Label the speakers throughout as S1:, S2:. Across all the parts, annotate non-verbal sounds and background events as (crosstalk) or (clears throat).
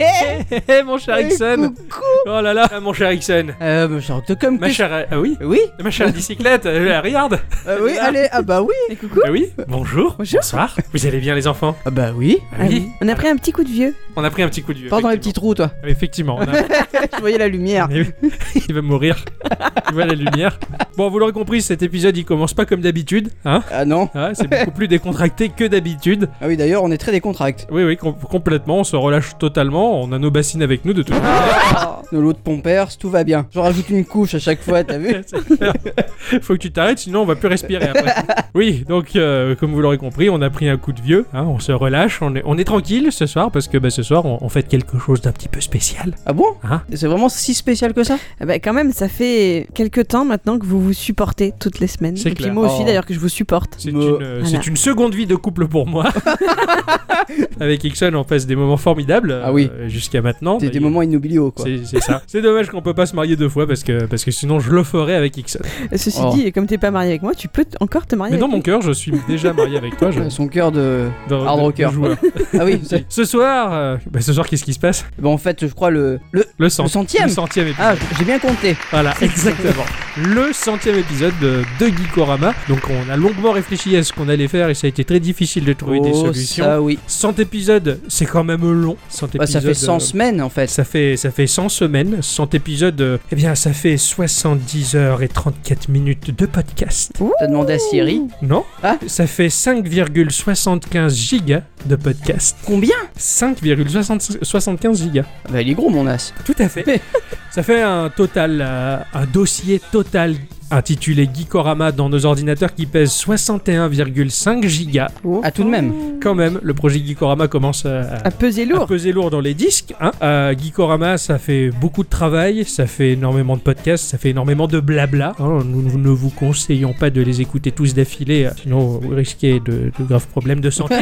S1: Eh, mon cher Ixon Oh là là Ah, Mon cher Ixon
S2: Euh, mon cher Octocom,
S1: Ma
S2: qu'est-ce-
S1: chère... Ah oui
S2: Oui
S1: Ma chère bicyclette, euh, regarde
S2: euh, Oui, allez, ah bah oui
S3: Et coucou
S1: Ah oui Bonjour,
S2: Bonjour.
S1: Bonsoir Vous allez bien les enfants
S2: Ah bah oui
S1: Ah
S3: Ah oui. On a pris un petit coup de vieux.
S1: On a pris un petit coup de vieux.
S2: Pars dans les petits trous,
S3: (laughs)
S2: toi
S1: Ah, Effectivement, on a-
S2: Je voyais la lumière
S1: Mais oui, il va mourir. Il voit la lumière. Bon, vous l'aurez compris, cet épisode il commence pas comme d'habitude. Hein
S2: Ah non
S1: Ah, c'est beaucoup plus décontracté que d'habitude.
S2: Ah oui, d'ailleurs, on est très décontracté.
S1: Oui, oui, com- complètement. On se relâche totalement. On a nos bassines avec nous de toute façon.
S3: Oh.
S2: Nos lots de pompers, tout va bien. J'en rajoute une couche à chaque fois,
S1: (laughs)
S2: t'as vu
S1: C'est clair. (laughs) Faut que tu t'arrêtes, sinon on va plus respirer après. Oui, donc euh, comme vous l'aurez compris, on a pris un coup de vieux. hein, on se relâche. On est, on est tranquille ce soir parce que bah, ce soir on, on fait quelque chose d'un petit peu spécial.
S2: Ah bon
S1: Hein
S2: C'est vraiment si spécial que ça
S3: Ah bah quand même, ça fait quelques temps maintenant que vous vous supportez toutes les semaines.
S1: C'est
S3: Et puis
S1: clair.
S3: moi aussi
S2: Oh.
S3: d'ailleurs que je vous supporte.
S1: C'est
S2: Me-
S1: une, euh,
S3: Voilà.
S1: c'est une seconde vie de couple pour
S2: (laughs)
S1: moi. Avec Ixon, on passe des moments formidables. euh,
S2: Ah oui.
S1: Jusqu'à maintenant.
S2: C'est des
S1: Oh, bah, Il-
S2: moments inoubliables, quoi.
S1: C'est c'est ça. C'est dommage qu'on peut pas se marier deux fois parce que, parce que sinon je le ferais avec Ixon.
S3: Ceci
S2: Oh.
S3: dit, comme t'es pas marié avec moi, tu peux t- encore te marier
S1: Mais dans
S3: avec
S1: mon cœur, je suis déjà marié avec toi.
S2: (laughs)
S1: Je,
S2: Euh, Son cœur de...
S1: dans-
S2: hard
S1: de- de
S2: rocker. (laughs)
S1: joueur.
S2: Ah oui,
S1: (laughs)
S2: c'est-
S1: Ce soir, euh, bah, ce soir, qu'est-ce qui se passe
S2: bah en fait, je crois le... Le,
S1: Le,
S2: le
S1: cent-
S2: centième
S1: le centième épisode.
S2: Ah, j'ai bien compté
S1: Voilà, exactement. Le centième épisode de, de Geekorama. Donc on a longuement réfléchi à ce qu'on allait faire et ça a été très difficile de trouver des
S2: Oh,
S1: solutions.
S2: ça oui
S1: 100 épisodes, c'est quand même long. 100 épisodes,
S2: Bah, ça fait 100
S1: euh,
S2: semaines, en fait.
S1: Ça fait, ça fait 100 semaines, 100 épisodes, euh, eh bien ça fait 70 heures et 34 minutes de podcast.
S2: T'as demandé à Siri.
S1: Non
S2: Ah.
S1: Ça fait 5,75 gigas de podcast.
S2: Combien
S1: 5,75 gigas.
S2: Bah, il est gros, mon as.
S1: Tout à fait. (laughs) ça fait un total, euh, un dossier total intitulé Geekorama dans nos ordinateurs qui pèse 61,5 gigas.
S3: Oh.
S2: Ah, tout de même.
S1: Quand même, le projet Geekorama commence à, à-
S3: À peser
S1: à
S3: Ah, lourd.
S1: peser lourd dans les disques. Hein. Euh, Geekorama, ça fait beaucoup de travail, ça fait énormément de podcasts, ça fait énormément de blabla. hein. Nous, nous ne vous conseillons pas de les écouter tous d'affilée, euh, sinon vous risquez de, de graves problèmes de santé.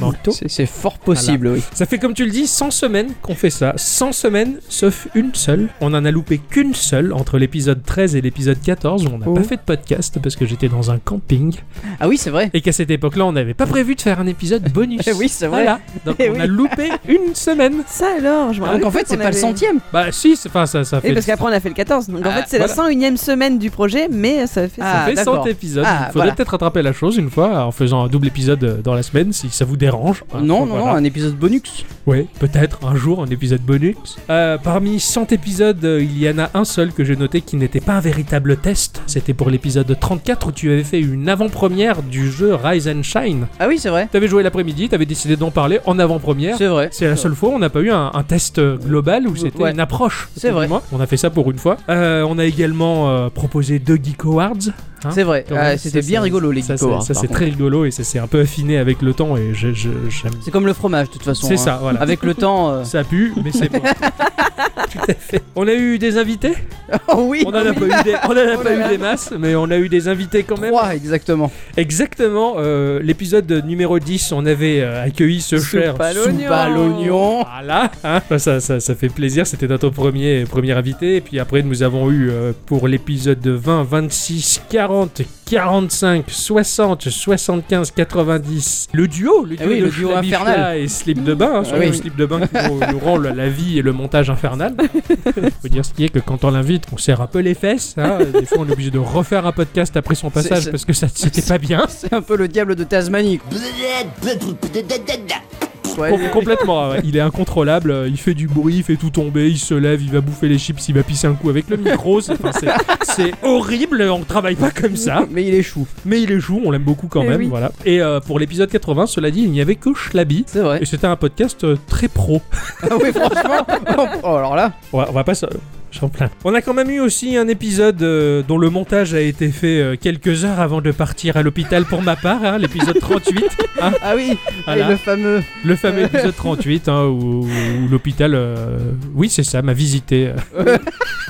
S1: Mentaux.
S2: (laughs) C'est c'est fort possible, oui.
S1: Ça fait comme tu le dis 100 semaines qu'on fait ça. 100 semaines sauf une seule. On en a loupé qu'une seule entre l'épisode 13 et l'épisode 14 où on n'a
S2: Oh.
S1: pas fait de podcast parce que j'étais dans un camping
S2: Ah oui, c'est vrai.
S1: et qu'à cette époque-là on n'avait pas prévu de faire un épisode bonus.
S2: (laughs) Eh (laughs) oui, c'est vrai.
S1: Voilà. Donc
S2: Eh
S1: on
S2: oui.
S1: a
S2: (laughs)
S1: loupé une semaine.
S3: Ça alors,
S1: Ah,
S3: je me
S2: Donc
S3: rappelle
S2: Ah en fait,
S3: qu'on
S2: c'est pas
S3: avait-
S2: le centième.
S1: Bah si, c'est- enfin ça,
S2: Eh
S1: ça fait,
S3: Oui, parce qu'après on a fait le 14. Donc en
S2: Ah,
S3: fait, c'est
S1: voilà.
S3: la 101ème semaine du projet, mais euh, ça fait
S1: ça
S2: Ah,
S1: fait 100
S2: d'accord.
S1: épisodes.
S2: Ah,
S1: Il faudrait
S2: voilà.
S1: peut-être rattraper la chose une fois en faisant un double épisode euh, dans la semaine si ça vous dérange. Enfin,
S2: non, non,
S1: voilà.
S2: non, un épisode bonus.
S1: Ouais, peut-être un jour un épisode bonus. Euh, parmi 100 épisodes, euh, il y en a un seul que j'ai noté qui n'était pas un véritable test. C'était pour l'épisode 34 où tu avais fait une avant-première du jeu Rise and Shine.
S2: Ah oui, c'est vrai.
S1: T'avais joué l'après-midi, t'avais décidé d'en parler en avant-première.
S2: C'est vrai.
S1: C'est la seule fois où on n'a pas eu un, un test euh, global où c'était
S2: Ouais.
S1: une approche.
S2: C'est vrai.
S1: du moins. On a fait ça pour une fois. Euh, on a également euh, proposé deux Geek Awards. hein.
S2: C'est vrai.
S1: Quand
S2: Ah,
S1: même,
S2: C'était
S1: ça,
S2: bien
S1: c'est-
S2: rigolo, les
S1: Ça,
S2: Geeko,
S1: c'est-
S2: hein,
S1: ça,
S2: par
S1: c'est
S2: contre.
S1: très rigolo et ça s'est un peu affiné avec le temps et je- je- j'aime
S2: C'est comme le fromage, de toute façon.
S1: C'est
S2: hein.
S1: ça, voilà.
S2: Avec le temps. (laughs) euh,
S1: Ça pue, mais c'est bon. Tout à fait. (laughs) On a eu des invités.
S2: Oh oui
S1: On en a pas eu des, on en a
S3: Oh
S1: pas
S3: là
S1: eu
S3: là.
S1: des masses, mais on a eu des invités quand même.
S2: Trois, exactement.
S1: Exactement. euh, L'épisode numéro 10, on avait euh, accueil ce cher.
S3: Soupe à l'oignon.
S2: Soupe à l'oignon.
S1: Voilà, hein. Enfin, ça, ça, ça fait plaisir, c'était notre premier, premier invité. Et puis après, nous avons eu euh, pour l'épisode 20, 26, 40, 45, 60, 75, 90. Le duo, le
S2: Ah
S1: duo,
S2: oui,
S1: de
S2: le duo
S1: Flabi
S2: infernal. Ah
S1: Fla et Slip de Bain. hein, surtout
S2: oui.
S1: Slip de Bain qui nous, nous rend la, la vie et le montage
S2: (laughs)
S1: infernal. faut dire ce qui est que quand on l'invite, on serre un peu les fesses. hein. Des fois, on est obligé de refaire un podcast après son passage
S2: c'est-
S1: parce que ça c'était pas bien.
S2: C'est un peu le diable de Tasmanie. quoi. Ouais,
S1: Com- complètement, ouais. il est incontrôlable, euh, il fait du bruit, il fait tout tomber, il se lève, il va bouffer les chips, il va pisser un coup avec le micro, c'est enfin, c'est- c'est horrible, on travaille pas comme ça,
S2: Mais il échoue.
S1: mais il est chou, on l'aime beaucoup quand
S3: Eh
S1: même,
S3: oui.
S1: voilà. Et euh, pour l'épisode 80, cela dit, il n'y avait que Schlabi,
S2: C'est vrai.
S1: et c'était un podcast euh, très pro.
S2: (laughs) Ah oui, (laughs) franchement. Oh, oh, alors là.
S1: On va, on va pas se- J'en plains. On a quand même eu aussi un épisode euh, dont le montage a été fait euh, quelques heures avant de partir à l'hôpital pour ma part, hein, l'épisode 38.
S2: Ah oui.
S1: Voilà.
S2: Et le fameux.
S1: Le fameux épisode 38 hein, où, où l'hôpital, euh, oui c'est ça, m'a visité euh,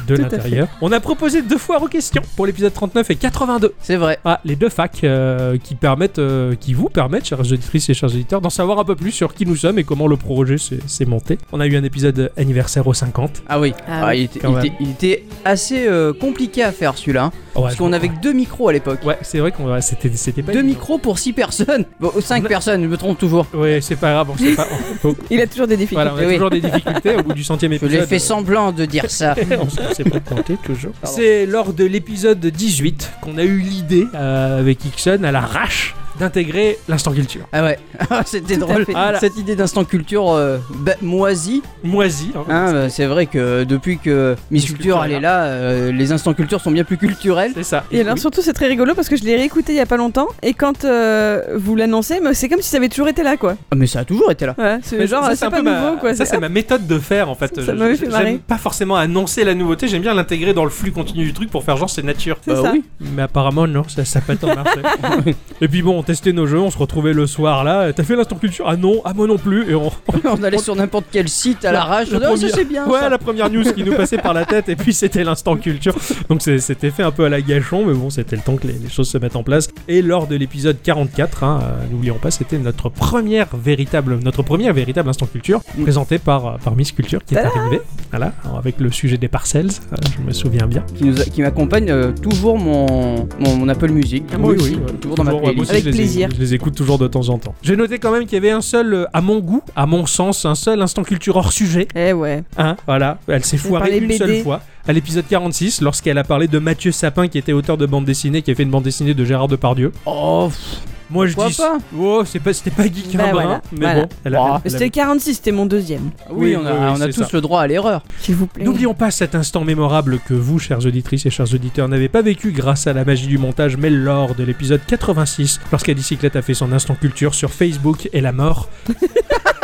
S1: de
S3: Tout à
S1: l'intérieur. On a proposé deux foires aux questions pour l'épisode 39 et 82.
S2: C'est vrai.
S1: Ah, les deux facs euh, qui permettent, euh, qui vous permettent, chers auditrices et chers auditeurs, d'en savoir un peu plus sur qui nous sommes et comment le projet s'est s'est monté. On a eu un épisode anniversaire aux 50.
S2: Ah oui.
S3: Ah oui.
S2: il était,
S1: Quand quand
S2: il,
S1: même.
S2: était, il était assez euh, compliqué à faire celui-là. hein,
S1: Ouais,
S2: parce qu'on avait que deux micros à l'époque.
S1: Ouais, c'est vrai qu'on c'était c'était pas Bah.
S2: Deux
S1: évident.
S2: micros pour six personnes. (laughs) Bon, cinq personnes, je me trompe toujours.
S1: Ouais, c'est pas grave, on sait pas.
S2: (laughs)
S1: on-
S3: Il a toujours des difficultés.
S1: Ah. voilà, on a
S2: oui.
S1: toujours des difficultés au bout du centième
S2: Je
S1: épisode.
S2: l'ai fait semblant de dire ça.
S1: (laughs) on s- on s'est pas planté toujours.
S2: Pardon.
S1: C'est lors de l'épisode 18 qu'on a eu l'idée euh, avec Ixon à l'arrache d'intégrer l'instant culture.
S2: Ah ouais, (laughs) Ah, c'était
S3: Tout à
S2: drôle.
S3: fait.
S1: Ah là.
S2: Cette idée d'instant culture euh, ba- moisie,
S1: Moisi. hein.
S3: Ah.
S2: hein, bah, c'est vrai que depuis que Miss
S1: Miss
S2: Culture
S1: Culture
S2: elle
S1: est
S2: est là, euh, les instants culture sont bien plus culturels.
S1: C'est ça.
S3: Et alors surtout c'est très rigolo parce que je l'ai réécouté il y a pas longtemps et quand euh, vous l'annoncez mais c'est comme si ça avait toujours été là quoi.
S2: Ah, Mais ça a
S1: (laughs)
S2: toujours été là.
S3: Voilà, c'est
S1: Mais
S3: genre
S1: ça,
S3: ah,
S1: un
S3: c'est pas
S1: peu ma-
S3: nouveau quoi.
S1: Ça, c'est ma méthode de faire en fait.
S3: Ça
S1: Je-
S3: m'avait fait
S1: je-
S3: marrer.
S1: J'aime pas forcément annoncer la nouveauté, j'aime bien l'intégrer dans le flux continu du truc pour faire genre c'est nature.
S3: C'est
S2: Bah
S3: ça.
S2: oui.
S1: Euh, Mais apparemment, non, ça, ça a pas tant marché.
S3: (laughs)
S1: et puis bon, on testait nos jeux, on se retrouvait le soir là. T'as fait l'instant culture Ah non, ah moi non plus. Et on.
S2: On allait sur n'importe quel site à
S1: La-
S2: l'arrache.
S1: la
S2: Oh, ça
S1: première-
S2: c'est bien.
S1: Ouais,
S2: ça.
S1: la première news qui nous passait par la tête, et puis c'était l'instant culture. Donc c'est- c'était fait un peu à la gâchon, mais bon, c'était le temps que les, les choses se mettent en place. Et lors de l'épisode 44, hein, euh, n'oublions pas, c'était notre première véritable, notre premier véritable instant culture,
S2: Mm.
S1: présenté par, euh, par Miss Culture qui est
S3: Tadam
S1: arrivée. Voilà, avec le sujet des parcelles, euh, je me souviens bien.
S2: Qui, nous a- qui m'accompagne euh, toujours mon, mon, mon Apple Music. Ah, Moi aussi,
S1: Ah, ouais.
S2: Toujours dans ma
S1: Toujours, euh, moi
S2: playlist.
S1: aussi,
S3: Avec
S1: je les ai-
S3: plaisir.
S1: je les écoute toujours de temps en temps. J'ai noté quand même qu'il y avait un seul, euh, à mon goût, à mon sens, un seul instant culture hors sujet.
S3: Eh ouais.
S1: Hein, voilà, elle s'est foirée
S3: parlait
S1: une
S3: BD.
S1: seule fois à l'épisode 46 lorsqu'elle a parlé de Mathieu Sapin qui était auteur de bande dessinée qui a fait une bande dessinée de Gérard Depardieu.
S2: Oh, pff,
S1: Moi je
S2: Pourquoi
S1: dis
S2: pas
S1: oh, c'est pas c'était pas geek
S3: Bah
S1: un brin,
S3: voilà,
S1: mais
S3: voilà.
S1: bon, elle a-
S2: Oh.
S1: elle a-
S3: C'était 46, c'était mon deuxième.
S2: oui,
S1: Oui,
S2: on a,
S1: oui, oui,
S2: on a
S1: c'est
S2: tous
S1: ça.
S2: le droit à l'erreur.
S3: S'il vous plaît.
S1: N'oublions pas cet instant mémorable que vous, chères auditrices et chers auditeurs, n'avez pas vécu grâce à la magie du montage, mais lors de l'épisode 86, lorsqu'Adicyclette a fait son instant culture sur Facebook et la mort. (laughs)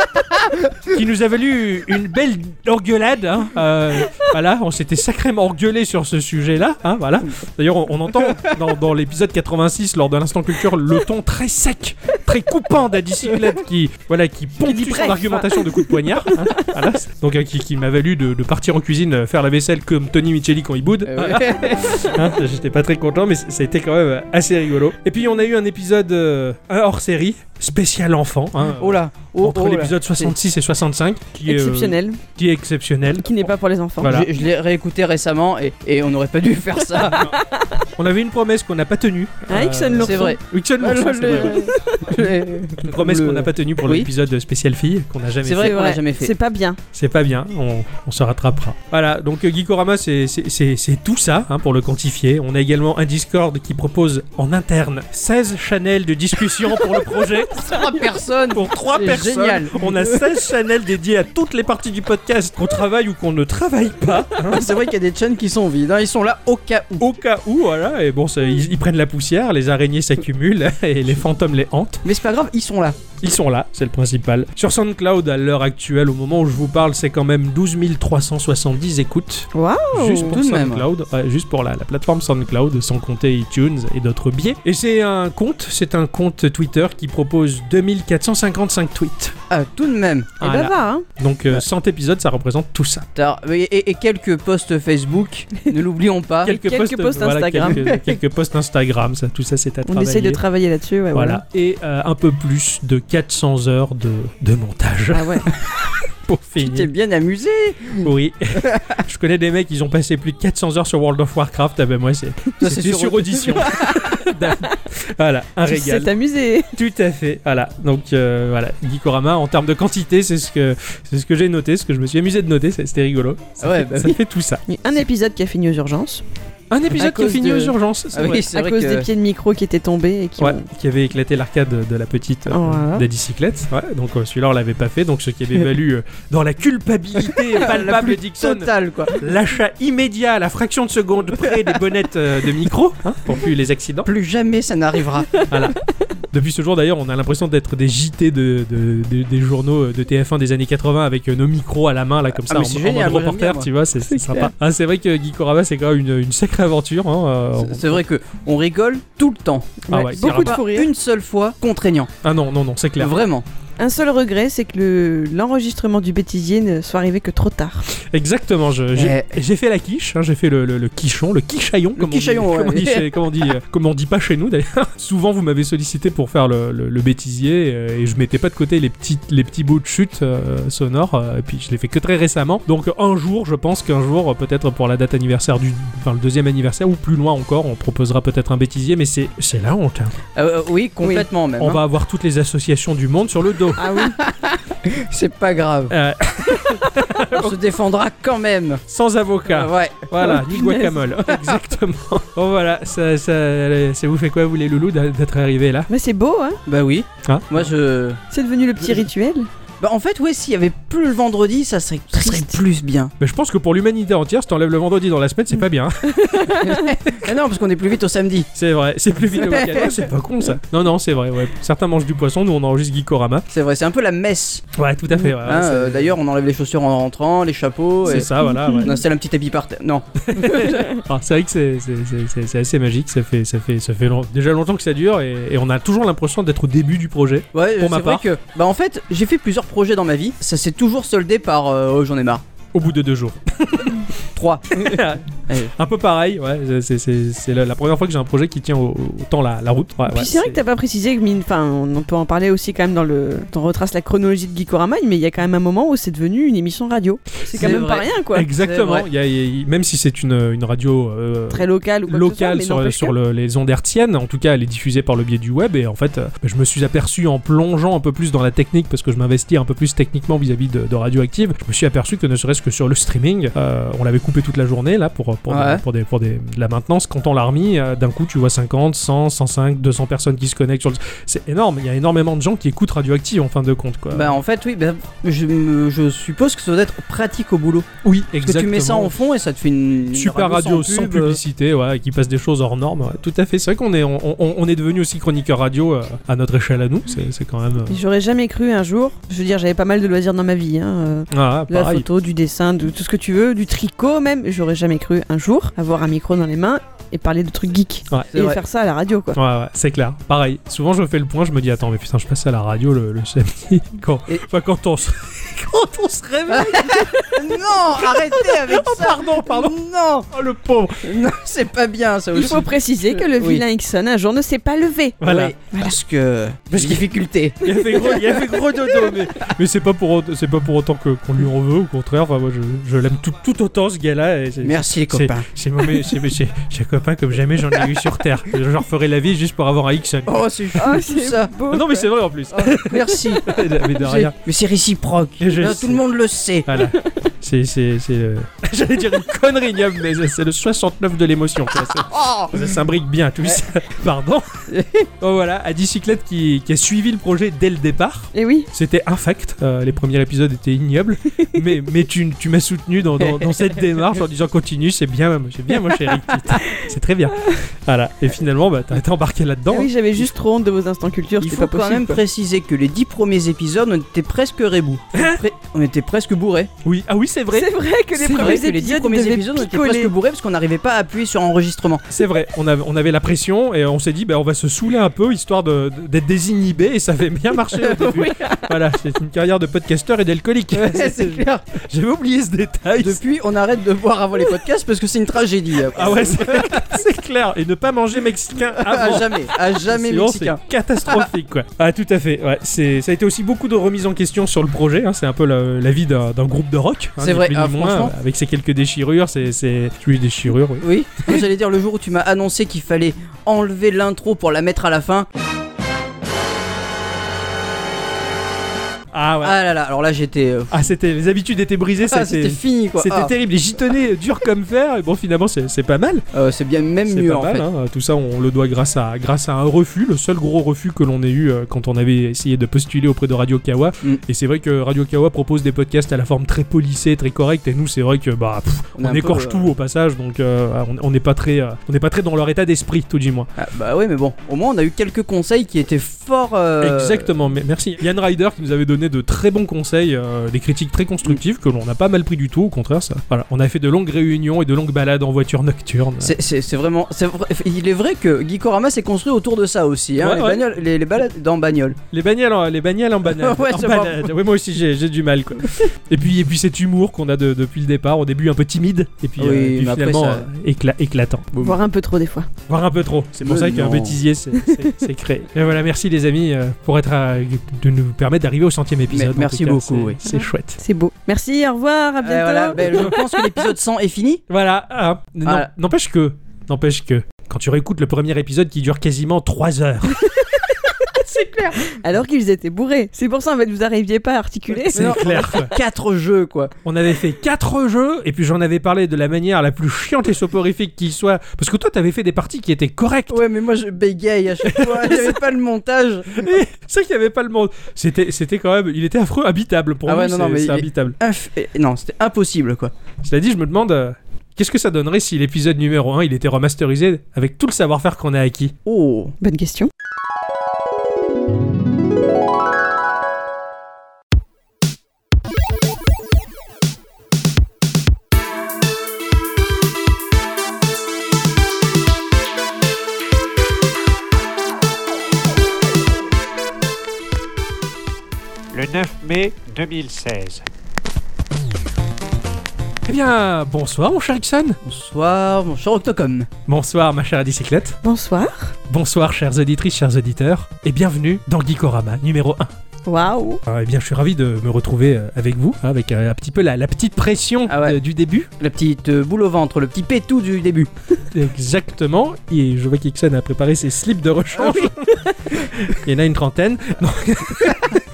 S1: qui nous a valu une belle engueulade. hein, euh, voilà, on s'était sacrément engueulé sur ce sujet-là. hein, voilà. D'ailleurs, on, on entend dans, dans l'épisode 86, lors de l'instant culture, le ton très sec, très coupant d'Adicyclette qui, voilà, qui
S3: dit
S1: ponctue son
S3: bref.
S1: argumentation de coups de poignard. hein, voilà. Donc, euh, qui, qui m'a valu de, de partir en cuisine euh, faire la vaisselle comme Tony Micheli quand il boude.
S2: Euh, ouais.
S1: Hein, J'étais pas très content, mais c- ça a été quand même euh, assez rigolo. Et puis, on a eu un épisode euh, un hors série, spécial enfant. hein,
S2: (laughs) oh là, oh,
S1: entre
S2: oh là.
S1: l'épisode 66 et 65, qui est, euh,
S3: Exceptionnel,
S1: qui est exceptionnel.
S3: qui n'est pas pour les enfants.
S1: Voilà.
S2: Je, je l'ai réécouté récemment et, et on n'aurait pas dû faire ça.
S1: (laughs) On avait une promesse qu'on n'a pas tenue. Euh,
S3: Ah, Ixon Ah, l'ourson.
S2: c'est vrai.
S1: Ixon l'ourson, c'est vrai.
S2: (laughs)
S1: Une promesse
S2: Le-
S1: qu'on n'a pas tenue pour
S2: Oui.
S1: l'épisode spécial fille, qu'on n'a jamais
S2: C'est
S1: fait.
S2: vrai qu'on l'a jamais fait.
S3: C'est pas bien.
S1: C'est pas bien, on, on se rattrapera. Voilà, donc euh, Geekorama, c'est- c'est c'est- c'est tout ça hein, pour le quantifier. On a également un Discord qui propose en interne 16 channels de discussion pour le projet,
S2: (laughs) Trois personnes.
S1: pour 3
S2: C'est
S1: personnes.
S2: génial.
S1: On a 16 channels dédiés à toutes les parties du podcast qu'on travaille ou qu'on ne travaille pas. hein,
S2: C'est vrai qu'il y a des chaînes qui sont vides. hein. Ils sont là au cas où.
S1: Au cas où, voilà, et bon, ça- ils, ils prennent la poussière, les araignées s'accumulent (laughs) et les fantômes les hantent.
S2: Mais c'est pas grave, ils sont là.
S1: Ils sont là, c'est le principal. Sur SoundCloud, à l'heure actuelle, au moment où je vous parle, c'est quand même 12 370 écoutes.
S3: Waouh
S1: juste pour
S2: tout de même.
S1: SoundCloud, ouais, juste pour la, la plateforme SoundCloud, sans compter iTunes et d'autres biais. Et c'est un compte, c'est un compte Twitter qui propose 2455 tweets.
S2: Ah, tout de même.
S3: Eh bah
S1: Voilà.
S3: va, hein.
S1: Donc euh, 100 épisodes, ça représente tout ça.
S2: T'as- Et, et- et quelques posts Facebook,
S1: (laughs)
S2: ne l'oublions pas.
S3: quelques posts Instagram.
S1: Quelques, (laughs) quelques posts Instagram, ça, tout ça c'est à
S3: On
S1: travailler.
S3: essaye de travailler là-dessus, ouais,
S1: voilà.
S3: voilà.
S1: Et euh, un peu plus de 400 heures de, de montage
S3: Ah ouais.
S1: pour
S2: Tu
S1: finir.
S2: t'es bien amusé.
S1: Oui. (laughs) je connais des mecs, ils ont passé plus de 400 heures sur World of Warcraft. Ah ben moi, c'est
S2: Ça,
S1: c'était sur
S3: (laughs)
S1: audition. voilà, (laughs) un
S3: Tu sais
S1: régal.
S3: t'amuser.
S1: Tout à fait. Voilà. Donc euh, voilà, Geekorama en termes de quantité, c'est ce que c'est ce que j'ai noté, ce que je me suis amusé de noter, c'est- c'était rigolo. Ça,
S2: Ouais,
S1: fait,
S2: bah
S1: ça
S2: oui.
S1: fait tout ça.
S3: Il y a Un épisode qui a fini aux urgences,
S1: Un épisode qui a
S2: cause
S1: fini
S2: de-
S1: aux urgences. c'est
S2: Ah
S1: vrai.
S2: oui, c'est
S3: à
S2: vrai
S3: cause
S2: que-
S3: des pieds de micro qui étaient tombés et qui
S1: Ouais,
S3: ont-
S1: qui avait éclaté l'arcade de la petite euh,
S3: Voilà.
S1: des bicyclettes. Ouais, donc euh, celui-là on l'avait pas fait, donc ce qui
S2: (laughs)
S1: avait valu euh, dans la culpabilité
S2: La
S1: palpable
S2: plus
S1: Dixon
S2: totale,
S1: (laughs)
S2: quoi.
S1: l'achat immédiat à la fraction de seconde près des bonnettes euh, de micro hein, pour plus les accidents.
S2: Plus jamais ça n'arrivera.
S1: Depuis ce jour d'ailleurs, on a l'impression d'être des JT de, de- de- des journaux euh, de TF1 des années 80 avec euh, nos micros à la main là comme ça
S2: Ah, mais
S1: en,
S2: c'est
S1: en
S2: génial, moi,
S1: mode
S2: j'aime bien,
S1: reporter,
S2: moi.
S1: tu vois, c'est c'est
S2: C'est
S1: sympa.
S2: clair.
S1: Ah, c'est vrai que Guy Corava c'est quand même une, une sacrée aventure. hein, euh,
S2: C'est- C'est vrai que on rigole tout le temps.
S1: Ah
S3: Ouais,
S1: ouais,
S3: beaucoup de
S1: carrément.
S3: fou rire.
S2: Une seule fois contraignant.
S1: Ah non non non, c'est clair.
S2: Vraiment.
S3: Un seul regret, c'est que le- l'enregistrement du bêtisier ne soit arrivé que trop tard.
S1: Exactement, je- j'ai
S2: Eh.
S1: j'ai fait la quiche, hein, j'ai fait le, le- le quichon, le quichaillon, comme,
S2: quichaillon,
S1: on dit, comme, on dit
S2: ouais.
S1: chez- comme on dit, euh, comme on dit pas chez nous d'ailleurs. (laughs) Souvent, vous m'avez sollicité pour faire le, le- le bêtisier euh, et je mettais pas de côté les, petites, les petits bouts de chute euh, sonores, euh, et puis je l'ai fait que très récemment. Donc, un jour, je pense qu'un jour, euh, peut-être pour la date anniversaire du. Enfin, le deuxième anniversaire ou plus loin encore, on proposera peut-être un bêtisier, mais c'est c'est la honte. hein.
S2: Euh, euh, oui, complètement même.
S1: On
S2: hein.
S1: va avoir toutes les associations du monde sur le dos.
S3: Ah oui
S2: (laughs) C'est pas grave.
S1: Euh,
S2: On se défendra quand même.
S1: sans avocat.
S2: Ouais.
S1: Voilà,
S3: Oh,
S1: ni
S3: punaise.
S1: guacamole. (laughs) Exactement. Bon voilà, ça, ça, ça vous fait quoi, vous les loulous, d'a- d'être arrivés là
S3: Mais c'est beau, hein
S2: Bah oui.
S1: Hein
S2: Moi je.
S3: C'est devenu le petit rituel.
S2: Bah en fait, ouais, s'il y avait plus le vendredi, ça serait, ça serait
S3: Triste.
S2: plus bien.
S1: Mais je pense que pour l'humanité entière, si t'enlèves le vendredi dans la semaine, c'est pas bien. hein.
S2: Ah non, parce qu'on est plus vite au samedi.
S1: C'est vrai, c'est plus vite. le week-end. Ouais, c'est pas con ça. Non, non, c'est vrai, ouais. Certains mangent du poisson, nous on enregistre Gikorama.
S2: C'est vrai, c'est un peu la messe.
S1: Ouais, tout à fait, ouais.
S2: hein,
S1: Ah, c'est-
S2: euh, D'ailleurs, on enlève les chaussures en rentrant, les chapeaux.
S1: c'est
S2: Et...
S1: ça, voilà. ouais.
S2: On installe un petit tapis par terre. Non.
S1: Ah, c'est vrai que c'est- c'est- c'est c'est- c'est assez magique, ça fait, ça fait, ça fait long- déjà longtemps que ça dure et, et on a toujours l'impression d'être au début du projet.
S2: Ouais,
S1: Pour ma
S2: c'est vrai
S1: part.
S2: que. Bah en fait, j'ai fait plusieurs projets dans ma vie. Ça s'est toujours soldé par. euh, oh, j'en ai marre.
S1: Au bout de deux jours.
S2: Trois.
S1: Un peu pareil, ouais. c'est- c'est- C'est c'est la, la première fois que j'ai un projet qui tient au- autant la, la route. Ouais, ouais,
S3: Puis c'est vrai que t'as pas précisé que, mine- enfin, on peut en parler aussi quand même dans le. On retrace la chronologie de Geekorama, mais il y a quand même un moment où c'est devenu une émission radio. C'est quand
S2: C'est
S3: même pas
S2: vrai.
S3: rien, quoi.
S1: Exactement.
S2: C'est vrai.
S1: Il y a- il y a- même si c'est une, une radio euh,
S3: Très local ou quoi que ce soit,
S1: locale
S3: mais
S1: sur,
S3: n'empêche
S1: sur
S3: que-
S1: le- les ondes hertziennes, en tout cas, elle est diffusée par le biais du web. Et en fait, euh, je me suis aperçu en plongeant un peu plus dans la technique, parce que je m'investis un peu plus techniquement vis-à-vis de, de Radioactive, je me suis aperçu que ne serait-ce que sur le streaming, euh, on l'avait coupé toute la journée là pour, pour,
S2: Ouais.
S1: des, pour, des, pour des- de la maintenance. Quand on l'a remis, euh, d'un coup, tu vois 50, 100, 105, 200 personnes qui se connectent sur le. C'est énorme. Il y a énormément de gens qui écoutent Radioactive en fin de compte. Quoi.
S2: Bah en fait, oui. bah, je, me- je suppose que ça doit être pratique au boulot.
S1: oui,
S2: Parce que tu mets ça en fond et ça te fait une. une
S1: Super radio, sans,
S2: pub, (laughs) euh,
S1: publicité, ouais, qui passe des choses hors normes. ouais, tout à fait. C'est vrai qu'on est, on, on- on est devenu aussi chroniqueur radio euh, à notre échelle à nous. C'est c'est quand même. euh,
S3: J'aurais jamais cru un jour. Je veux dire, j'avais pas mal de loisirs dans ma vie. Hein. euh,
S1: ah,
S3: De la
S1: pareil.
S3: photo, du dessin, de tout ce que tu veux, du tricot même. J'aurais jamais cru un jour avoir un micro dans les mains et parler de trucs geeks.
S1: Ouais.
S2: C'est
S3: Et
S2: vrai.
S3: faire ça à la radio, quoi.
S1: Ouais, ouais, c'est clair. Pareil. Souvent, je fais le point, je me dis, attends, mais putain, je passe à la radio le, le samedi. (laughs) Quand,
S2: Et-
S1: enfin, quand on se. quand on se réveille.
S2: Non, arrêtez
S3: (laughs)
S2: avec ça.
S1: Pardon, pardon.
S2: Non,
S1: Oh, le pauvre.
S2: non, c'est pas bien ça
S3: Il
S2: aussi.
S3: faut préciser que le
S2: Oui.
S3: vilain Ixon un jour ne s'est pas levé.
S1: Voilà.
S2: Oui, Parce que. Parce que difficulté.
S1: Il a fait gros, il a fait gros dodo, mais, mais c'est pas pour autant- c'est pas pour autant que qu'on lui en veut. Au contraire, Enfin, moi, je, je l'aime tout, tout autant ce gars-là. et c'est-
S2: Merci les
S1: C'est-
S2: copains.
S1: C'est mon mé- c'est- c'est- c'est un copain comme jamais j'en ai eu sur Terre. Je leur ferai la vie juste pour avoir un Ixon.
S2: Oh, c'est
S3: (laughs)
S2: chou
S3: Oh,
S2: tout
S3: c'est
S2: ça.
S3: beau.
S1: Ah non, mais c'est vrai en plus. (laughs)
S2: Oh, merci.
S1: mais de
S2: J'ai-
S1: rien.
S2: Mais c'est réciproque.
S1: Et je
S2: Là,
S1: sais.
S2: tout le monde le sait.
S1: Voilà. C'est. c'est- c'est, euh, (laughs) J'allais dire une connerie ignoble, mais c'est- c'est le 69 de l'émotion. quoi. C'est-
S2: Oh
S1: Ça s'imbrique bien, tout ça. (laughs)
S2: (laughs)
S1: Pardon. Bon, voilà, à Dicyclette qui, qui a suivi le projet dès le départ.
S3: Et Eh oui,
S1: C'était infect, euh, les premiers épisodes étaient
S2: (laughs)
S1: ignobles, mais, mais tu, tu m'as soutenu dans, dans- dans cette démarche en disant continue, c'est bien, c'est bien mon
S2: (laughs)
S1: chéri, c'est très bien. Voilà, et finalement bah, t'as été embarqué là-dedans.
S3: Ah oui j'avais juste trop honte de vos instants culture,
S2: Il
S3: c'était
S2: faut quand
S3: pas possible.
S2: même
S3: quoi.
S2: préciser que les dix premiers épisodes, on était presque rébous. Pré- on était presque bourrés.
S1: Oui, ah oui c'est vrai,
S3: C'est vrai que les
S2: C'est
S3: premiers
S2: vrai que les dix
S3: épisodes, ils
S2: premiers
S3: devaient
S2: épisodes, on était
S3: picoler.
S2: presque bourrés parce qu'on n'arrivait pas à appuyer sur enregistrement.
S1: c'est vrai, on avait, on avait la pression et on s'est dit bah, on va se saouler un peu histoire de- de- d'être désinhibé et ça avait bien marché au
S2: (laughs)
S1: début. Voilà, c'est une carrière de podcasteur et d'alcoolique. (laughs)
S2: (laughs) clair.
S1: J'avais oublié ce détail.
S2: Depuis, on arrête de boire avant les podcasts parce que c'est une tragédie. après.
S1: Ah ouais,
S2: (laughs)
S1: c'est c'est clair, et ne pas manger mexicain avant.
S2: À jamais, à jamais
S1: Sinon,
S2: mexicain.
S1: c'est catastrophique quoi. Ah tout à fait. Ouais, c'est ça a été aussi beaucoup de remises en question sur le projet. hein, c'est un peu la, la vie d'un d'un groupe de rock. hein,
S2: C'est
S1: ni
S2: vrai,
S1: plus ni
S2: ah,
S1: moins,
S2: franchement.
S1: euh, Avec ses quelques déchirures, c'est c'est oui déchirures. Oui.
S2: Oui, j'allais dire le jour où tu m'as annoncé qu'il fallait enlever l'intro pour la mettre à la fin.
S1: Ah ouais. Ah,
S2: Ah là là, alors là j'étais. euh,
S1: c'était les habitudes étaient brisées.
S2: ah,
S1: c'était
S2: c'était fini quoi.
S1: c'était
S2: Ah,
S1: terrible. Les gitonnés dur comme fer. Et bon finalement c'est c'est pas mal.
S2: euh, c'est bien même
S1: C'est
S2: mieux
S1: pas
S2: en
S1: mal.
S2: fait.
S1: hein. Tout ça on le doit grâce à grâce à un refus. Le seul gros refus que l'on ait eu euh, quand on avait essayé de postuler auprès de Radio Kawa.
S2: Mm.
S1: Et c'est vrai que Radio Kawa propose des podcasts à la forme très polissée, très correcte. Et nous c'est vrai que bah pff,
S2: est
S1: On,
S2: un peu,
S1: écorche
S2: euh,
S1: tout au passage, donc euh, on- on n'est pas très, euh, on n'est pas très dans leur état d'esprit, tout du moins.
S2: ah, bah oui, mais bon, au moins on a eu quelques conseils qui étaient fort. euh,
S1: Exactement. Mais merci. Yann Ryder qui nous avait donné donné de très bons conseils, euh, des critiques très
S2: Mm.
S1: constructives que l'on n'a pas mal pris du tout. Au contraire, ça. Voilà, on a fait de longues réunions et de longues balades en voiture nocturne.
S2: C'est- C'est c'est vraiment. c'est vrai- il est vrai que Gikorama s'est construit autour de ça aussi. hein,
S1: Ouais,
S2: les,
S1: ouais.
S2: bagnoles- les- les balades dans bagnole.
S1: Les bagnoles, en- les bagnoles en banane.
S2: (laughs) Ouais,
S1: En
S2: c'est marrant.
S1: banane. Ouais, moi aussi, j'ai j'ai du mal. Quoi. et puis, et puis cet humour qu'on a de- depuis le départ, au début un peu timide, et puis,
S2: Oui,
S1: euh, et puis
S2: mais après,
S1: finalement
S2: ça-
S1: euh, écla- éclatant.
S3: Voir un peu trop des fois.
S1: Voire un peu trop. C'est pour
S2: Mais
S1: ça qu'un
S2: non.
S1: bêtisier, c'est- c'est c'est créé. Et voilà, merci les amis euh, pour être à- de nous permettre d'arriver au centième épisode.
S2: Mais-
S1: en tout
S2: merci
S1: cas,
S2: beaucoup,
S1: c'est-
S2: oui.
S1: C'est chouette.
S3: C'est beau. Merci, au revoir, à bientôt.
S2: Euh, voilà, ben, je pense que l'épisode 100 est fini.
S1: Voilà. ah, n-
S2: Voilà.
S1: N'empêche que, n'empêche que, quand tu réécoutes le premier épisode qui dure quasiment 3
S2: (laughs)
S1: heures,
S3: C'est clair. Alors qu'ils étaient bourrés. C'est pour ça en fait vous arriviez pas à articuler.
S1: c'est
S2: non.
S1: clair. quoi.
S2: Quatre jeux quoi.
S1: On avait fait quatre jeux et puis j'en avais parlé de la manière la plus chiante et soporifique qui soit. Parce que toi, t'avais fait des parties qui étaient correctes.
S2: Ouais, mais moi je bégaye à chaque (laughs) fois. J'avais pas le montage.
S1: Et C'est qu'il n'y avait pas le monde. C'était, c'était quand même, il était affreux, habitable pour
S2: Ah
S1: nous.
S2: ouais, non,
S1: c'est-
S2: non, mais
S1: c'est
S2: il-
S1: habitable.
S2: Inf- eh, Non, c'était impossible quoi.
S1: Cela dit, je me demande, euh, qu'est-ce que ça donnerait si l'épisode numéro 1, il était remasterisé avec tout le savoir-faire qu'on a acquis
S2: Oh.
S3: Bonne question.
S4: le 9 mai 2016.
S1: Eh bien, bonsoir mon cher Ixon.
S2: Bonsoir, mon cher Octocom.
S1: Bonsoir ma chère bicyclette.
S3: Bonsoir.
S1: Bonsoir chères auditrices, chers auditeurs. Et bienvenue dans Geekorama numéro 1.
S3: Waouh.
S1: Ah, eh bien, je suis ravi de me retrouver euh, avec vous, hein, avec euh, un petit peu la, la petite pression
S2: Ah ouais.
S1: de- du début.
S2: La petite euh, boule au ventre, le petit pétou du début.
S1: Exactement. Et je vois qu'Ixon a préparé ses slips de rechange.
S3: Ah
S1: (laughs) Il y en a une trentaine. Non. (laughs)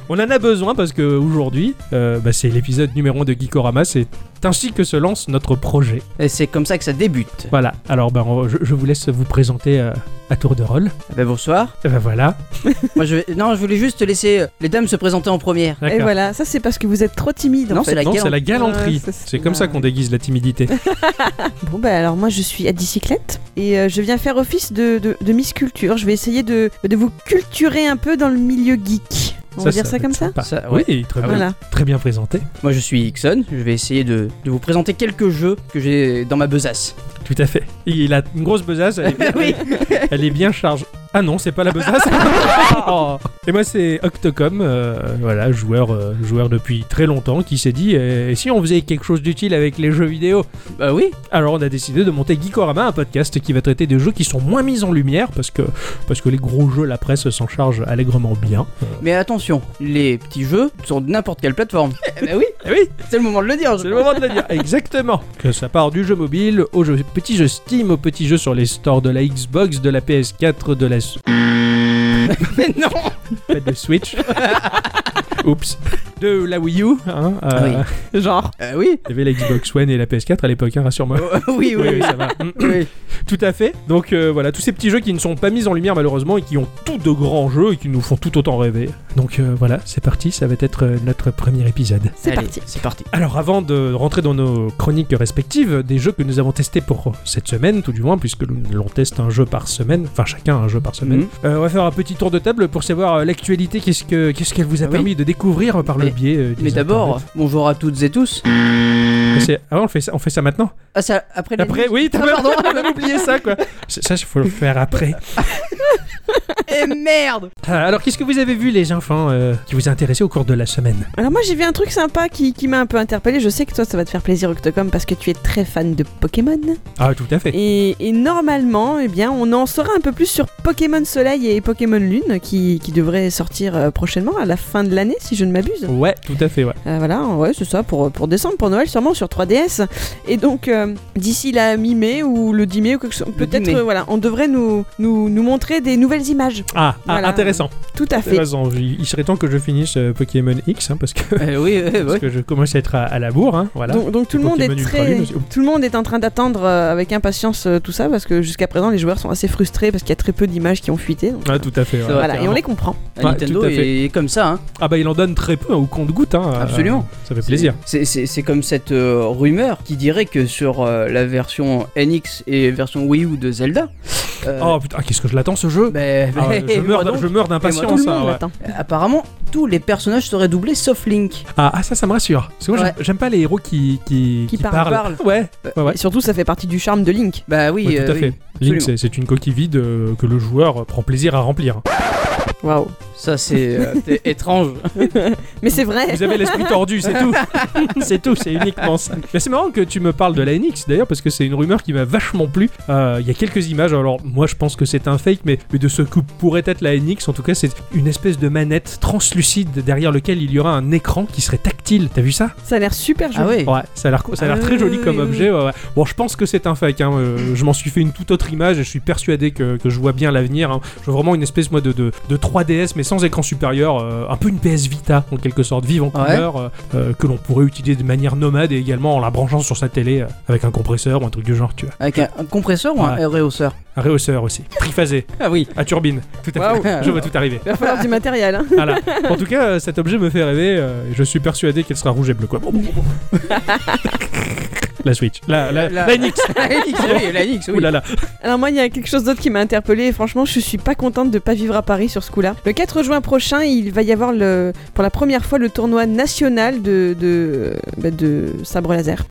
S1: On en a besoin parce que aujourd'hui, euh, bah, c'est l'épisode numéro 1 de Geekorama. C'est ainsi que se lance notre projet.
S2: Et c'est comme ça que ça débute.
S1: Voilà. Alors, bah, on- je, je vous laisse vous présenter euh, à tour de rôle.
S2: Eh Ben (laughs) bonsoir.
S1: Eh ben voilà.
S2: Moi je vais... Non, je voulais juste laisser euh, les dames se présenter en première.
S1: D'accord.
S3: Et voilà, ça c'est parce que vous êtes trop timide. en
S2: Non,
S3: fait.
S2: c'est la
S1: Non,
S2: galan-
S1: c'est la galanterie.
S3: Ouais, ça, c'est-
S1: c'est comme ça qu'on déguise la timidité.
S3: Bon bah alors moi je suis à bicyclette et euh, je viens faire office de, de, de Miss Culture. Je vais essayer de, de vous culturer un peu dans le milieu geek. On va dire ça
S1: va
S3: comme
S1: être
S3: ça Ah,
S1: sympa.
S2: Ça,
S1: Oui,
S2: ouais.
S1: très, bien,
S3: Voilà.
S1: très bien présenté.
S2: Moi je suis Ixon, je vais essayer de, de vous présenter quelques jeux que j'ai dans ma besace.
S1: Tout à fait. Il a une grosse besace, elle est bien,
S2: Oui.
S1: elle est bien chargée. Ah non, c'est pas la besace. Oh. Et moi c'est Octocom, euh, voilà, joueur, euh, joueur depuis très longtemps, qui s'est dit euh, et si on faisait quelque chose d'utile avec les jeux vidéo
S2: Bah oui,
S1: Alors on a décidé de monter Geekorama, un podcast qui va traiter de jeux qui sont moins mis en lumière parce que parce que les gros jeux, la presse s'en charge allègrement bien.
S2: mais attention, les petits jeux sur n'importe quelle plateforme. Eh ben oui,
S1: Eh oui,
S2: c'est le moment de le dire. je
S1: C'est le
S2: crois.
S1: moment de le dire. Exactement. Que ça part du jeu mobile aux jeux, petits jeux Steam, aux petits jeux sur les stores de la Xbox, de la PS4, de la S-
S2: Mais non
S1: pas de (laughs) Switch. Oups. De la Wii U. Hein, euh, Genre.
S2: Euh, oui.
S1: Il y avait la Xbox One et la PS4 à l'époque, hein, rassure-moi.
S2: Euh, (laughs) oui, oui,
S1: Oui, oui,
S2: oui.
S1: ça va.
S2: oui.
S1: (laughs) Tout à fait. Donc euh, voilà, tous ces petits jeux qui ne sont pas mis en lumière malheureusement et qui ont tout de grands jeux et qui nous font tout autant rêver. Donc euh, voilà, c'est parti, ça va être euh, notre premier épisode.
S3: C'est
S2: Allez,
S3: parti.
S2: C'est parti.
S1: Alors avant de rentrer dans nos chroniques respectives, des jeux que nous avons testés pour cette semaine, tout du moins, puisque nous- l'on teste un jeu par semaine, enfin chacun un jeu par semaine,
S2: Mhm.
S1: Euh, on va faire un petit tour de table pour savoir euh, l'actualité, qu'est-ce que- qu'est-ce qu'elle vous a
S2: Ah oui.
S1: permis de découvrir par le
S2: Mais-
S1: biais euh, des
S2: Mais d'abord, euh,
S1: internets.
S2: bonjour à toutes et tous.
S1: Mais c'est- Ah ouais, on fait ça, on fait ça maintenant
S2: Ah, ça, après les
S1: Après,
S2: news
S1: oui, t'as
S2: Ah,
S1: même,
S2: pardon.
S1: t'as même oublié ça, quoi C'est- Ça, il faut le faire après.
S2: Eh merde
S1: Ah, Alors, qu'est-ce que vous avez vu, les enfants, euh, qui vous a intéressé au cours de la semaine
S3: Alors moi j'ai vu un truc sympa qui, qui m'a un peu interpellé. Je sais que toi ça va te faire plaisir Octocom parce que tu es très fan de Pokémon.
S1: Ah, tout à fait.
S3: Et, et normalement, eh bien, on en saura un peu plus sur Pokémon Soleil et Pokémon Lune qui, qui devraient sortir euh, prochainement à la fin de l'année si je ne m'abuse.
S1: Ouais, tout à fait, ouais.
S3: Euh, voilà, ouais, c'est ça, pour, pour décembre, pour Noël, sûrement sur 3DS. Et donc, euh, d'ici la mi-mai ou le 10 mai, ou quelque chose, peut-être,
S2: 10 mai.
S3: euh, voilà, on devrait nous, nous, nous montrer des nouvelles images.
S1: Ah, ah,
S3: Voilà.
S1: intéressant.
S3: Tout à fait.
S1: Intéressant. Il il serait temps que je finisse euh, Pokémon X, hein, parce que...
S2: Euh, Oui, oui,
S1: Parce
S2: oui.
S1: que je commence à être à, à la bourre, hein, voilà.
S3: Donc, donc tout le
S1: Les
S3: monde est
S1: Pokémon
S3: très,
S1: Ultra Lune aussi.
S3: tout le monde est en train d'attendre euh, avec impatience euh, tout ça parce que jusqu'à présent les joueurs sont assez frustrés parce qu'il y a très peu d'images qui ont fuité. donc,
S1: Ah, tout à fait. ouais.
S2: C'est vrai.
S3: voilà, et on
S1: clairement.
S3: les comprend.
S1: Ouais,
S2: Ah, Nintendo
S1: Bah, tout à fait.
S2: est comme ça, hein.
S1: Ah bah il en donne très peu au compte goutte hein.
S2: Absolument.
S1: Euh, ça fait plaisir.
S2: C'est- C'est c'est comme cette euh, rumeur qui dirait que sur euh, la version NX et version Wii U de Zelda. euh,
S1: Oh putain, ah, qu'est-ce que je l'attends ce jeu
S2: ben,
S1: Ah,
S2: ben,
S1: je,
S2: moi (laughs)
S1: meurs,
S2: donc,
S1: je meurs
S3: Tout
S1: d'impatience.
S3: le
S1: hein,
S3: monde
S1: ouais.
S3: l'attend.
S2: Apparemment, tous les personnages seraient doublés sauf Link.
S1: Ah, ah, ça, ça me rassure. Parce que moi, j'aime-
S2: Ouais.
S1: j'aime pas les héros qui, qui,
S2: Qui parlent.
S1: parlent. Ouais, ouais, ouais.
S3: Et surtout, ça fait partie du charme de Link.
S2: Bah oui,
S1: Ouais, tout
S2: euh,
S1: à fait.
S2: oui.
S1: Link,
S2: absolument.
S1: c'est- c'est une coquille vide euh, que le joueur euh, prend plaisir à remplir.
S3: Waouh.
S2: ça
S1: (laughs)
S2: c'est euh, c'est étrange.
S3: Mais c'est vrai.
S1: Vous avez l'esprit tordu, c'est tout. c'est tout, c'est uniquement ça. Mais c'est marrant que tu me parles de la NX d'ailleurs, parce que c'est une rumeur qui m'a vachement plu. Euh, Il y a quelques images, alors moi je pense que c'est un fake, mais, mais de ce que pourrait être la NX, en tout cas, c'est une espèce de manette translucide derrière lequel il y aura un écran qui serait tactile. T'as vu ça
S3: Ça a l'air super
S2: Ah
S3: joli.
S2: ouais.
S1: Ouais, ça a l'air, ça a l'air
S2: Ah
S1: très
S2: oui,
S1: joli
S2: oui,
S1: comme
S2: oui,
S1: objet. ouais, ouais. Bon, je pense que c'est un fake. hein, euh, je m'en suis fait une toute autre image et je suis persuadé que, que je vois bien l'avenir. hein. Je vois vraiment une espèce moi de, de, de 3DS mais sans écran supérieur, euh, un peu une PS Vita en quelque sorte, vive en
S2: Ouais.
S1: couleur, euh, euh, que l'on pourrait utiliser de manière nomade et également en la branchant sur sa télé euh, avec un compresseur ou un truc du genre, tu vois.
S2: Avec un, un compresseur ou
S1: Ouais.
S2: un réhausseur
S1: Un rehausseur aussi, triphasé,
S2: Ah oui.
S1: à turbine. Tout à fait.
S2: Waouh.
S1: Je vois tout arriver.
S3: Il va falloir du matériel.
S1: (laughs)
S3: hein.
S1: Voilà. En tout cas, euh, cet objet me fait rêver. euh, et je suis persuadé qu'elle sera rouge et bleue.
S2: (laughs)
S1: Quoi. la Switch. La, la,
S2: La-
S1: la NX.
S2: (laughs) la NX, oui, la NX, oui.
S1: Ouh là là.
S3: Alors moi, il y a quelque chose d'autre qui m'a interpellée et franchement, je suis pas contente de pas vivre à Paris sur ce coup-là. Le 4 juin prochain, il va y avoir le, pour la première fois le tournoi national de, de, bah, de sabre laser.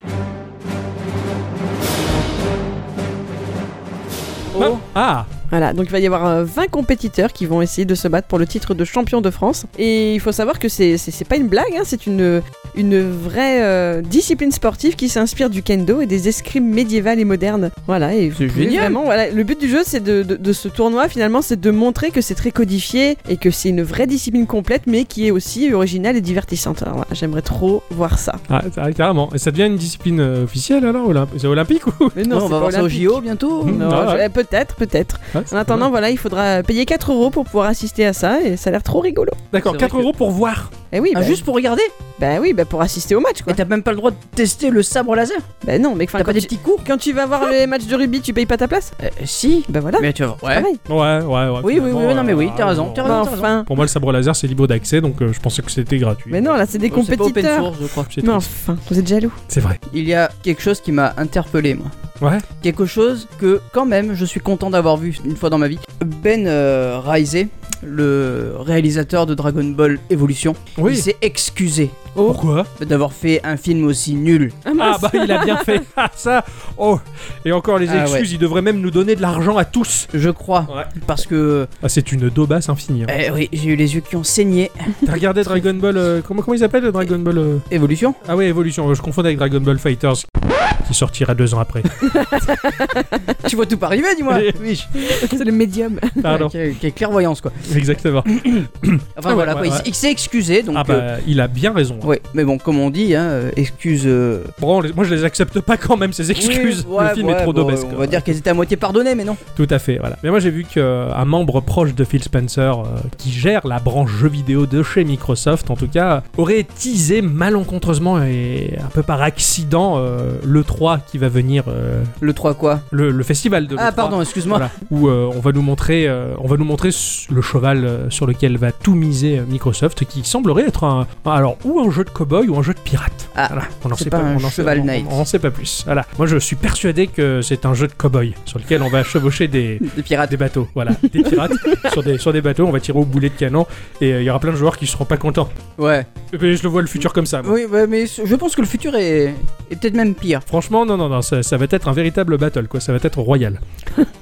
S2: Oh.
S1: Ah
S3: Voilà, donc il va y avoir euh, 20 compétiteurs qui vont essayer de se battre pour le titre de champion de France. Et il faut savoir que c'est c'est- c'est pas une blague, hein, c'est une, une vraie euh, discipline sportive qui s'inspire du kendo et des escrimes médiévales et modernes. Voilà, et vous
S2: C'est
S3: pouvez
S2: génial.
S3: vraiment, voilà, le but du jeu, c'est de, de- de ce tournoi finalement, c'est de montrer que c'est très codifié et que c'est une vraie discipline complète, mais qui est aussi originale et divertissante. Alors, voilà, J'aimerais trop voir ça.
S1: Ah, ça- carrément. Et ça devient une discipline euh, officielle alors olymp- C'est olympique ou (laughs)
S3: Mais
S2: Non, on
S3: c'est
S2: va
S3: pas
S2: voir ça au
S3: olympique.
S2: JO bientôt.
S1: Mmh.
S3: (laughs) Non,
S1: Ah ouais.
S3: je- peut-être, peut-être.
S1: Ouais,
S3: En
S1: c'est
S3: attendant, voilà, il faudra payer 4 euros pour pouvoir assister à ça et ça a l'air trop rigolo.
S1: pas mal. D'accord,
S2: c'est
S1: 4
S2: vrai que-
S1: euros pour voir.
S3: Eh oui,
S2: Ah,
S3: bah,
S2: juste pour regarder
S3: bah oui, bah pour assister au match quoi.
S2: Et t'as même pas le droit de tester le sabre laser
S3: Bah non, mais enfin,
S2: T'as
S3: quand,
S2: pas des
S3: tu-
S2: petits coups
S3: quand tu vas voir les matchs de rugby, tu payes pas ta place
S2: Euh, Si.
S3: Bah voilà,
S2: Mais tu vois, ouais. Oh,
S3: pareil.
S1: Ouais, ouais, ouais.
S2: Oui, oui, oui,
S1: finalement,
S2: oui, non, mais oui,
S1: euh,
S2: t'as raison,
S1: bon.
S2: t'as hein.
S3: Bah
S2: raison.
S3: enfin.
S1: Pour moi, le sabre laser, c'est libre d'accès, donc euh, je pensais que c'était gratuit.
S3: Mais non, là c'est des
S2: Oh, C'est pas open
S3: compétiteurs.
S2: source, je crois.
S1: C'est
S3: Mais
S1: triste.
S3: enfin, vous êtes jaloux.
S1: C'est vrai.
S2: Il y a quelque chose qui m'a interpellé, moi.
S1: Ouais.
S2: Quelque chose que, quand même, je suis content d'avoir vu une fois dans ma vie. Ben euh, Raizé, le réalisateur de Dragon Ball Evolution, il
S1: Oui.
S2: s'est oh. excusé (laughs)
S1: Pourquoi
S2: d'avoir fait un film aussi nul.
S1: Ah
S2: (laughs)
S1: bah il a bien fait Ah, ça. Oh et encore les
S2: Ah,
S1: excuses, il devrait même nous donner de l'argent à tous.
S2: Je crois.
S1: Ouais.
S2: Parce que,
S1: Ah, c'est une daubasse infinie. hein.
S2: eh oui, j'ai eu les yeux qui ont saigné.
S1: T'as regardé Dragon Ball euh, comment comment ils appellent le Dragon Ball euh,
S2: Evolution (laughs)
S1: Ah ouais, Evolution. euh, Je confondais avec Dragon Ball Fighters qui sortira deux ans
S2: (laughs)
S1: après.
S2: Tu vois tout pas arriver, dis-moi
S1: Oui.
S2: Oui.
S3: c'est le médium.
S1: Pardon.
S2: Quelle, quelle clairvoyance, quoi.
S1: Exactement.
S2: Enfin,
S1: Ah ouais,
S2: voilà,
S1: ouais,
S2: quoi. il s-
S1: ouais.
S2: Il s'est excusé, donc...
S1: Ah
S2: euh,
S1: bah il a bien raison.
S2: ouais, mais bon, comme on dit, hein, euh, excuse...
S1: (laughs)
S2: euh,
S1: Bon, on les- moi je les accepte pas quand même ces excuses.
S2: oui, ouais,
S1: le film
S2: ouais,
S1: est trop
S2: bon,
S1: d'obèse.
S2: On va dire qu'elles étaient à moitié pardonnées, mais non.
S1: Tout à fait, voilà. Mais moi j'ai vu qu'un membre proche de Phil Spencer, euh, qui gère la branche jeux vidéo de chez Microsoft en tout cas, aurait teasé malencontreusement et un peu par accident euh, le 3 qui va venir, euh,
S2: Le 3 quoi
S1: le, le festival de
S2: Ah
S1: l'E3,
S2: pardon, excuse-moi.
S1: Voilà, (laughs) où euh, on va nous montrer, euh, on va nous montrer s- le cheval euh, sur lequel va tout miser euh, Microsoft, qui semblerait être un, alors ou un jeu de cow-boy ou un jeu de pirate.
S2: Ah,
S1: Voilà, on n'en
S2: c'est
S1: sait
S2: pas
S1: pas,
S2: un
S1: on en sait-
S2: cheval
S1: on-
S2: knight.
S1: on en sait pas plus. Voilà, moi je suis persuadé que c'est un jeu de cow-boy sur lequel on va chevaucher
S2: (laughs)
S1: des
S2: Des pirates.
S1: des bateaux, voilà, des pirates sur des sur des bateaux, on va tirer au boulet de canon et euh, il y aura plein de joueurs qui seront pas contents.
S2: Ouais.
S1: Mais je le vois le futur comme ça. moi.
S2: Oui, ouais, mais je pense que le futur est, est peut-être même pire.
S1: Franchement, non, non, non, ça, ça va être un véritable battle, quoi. Ça va être royal,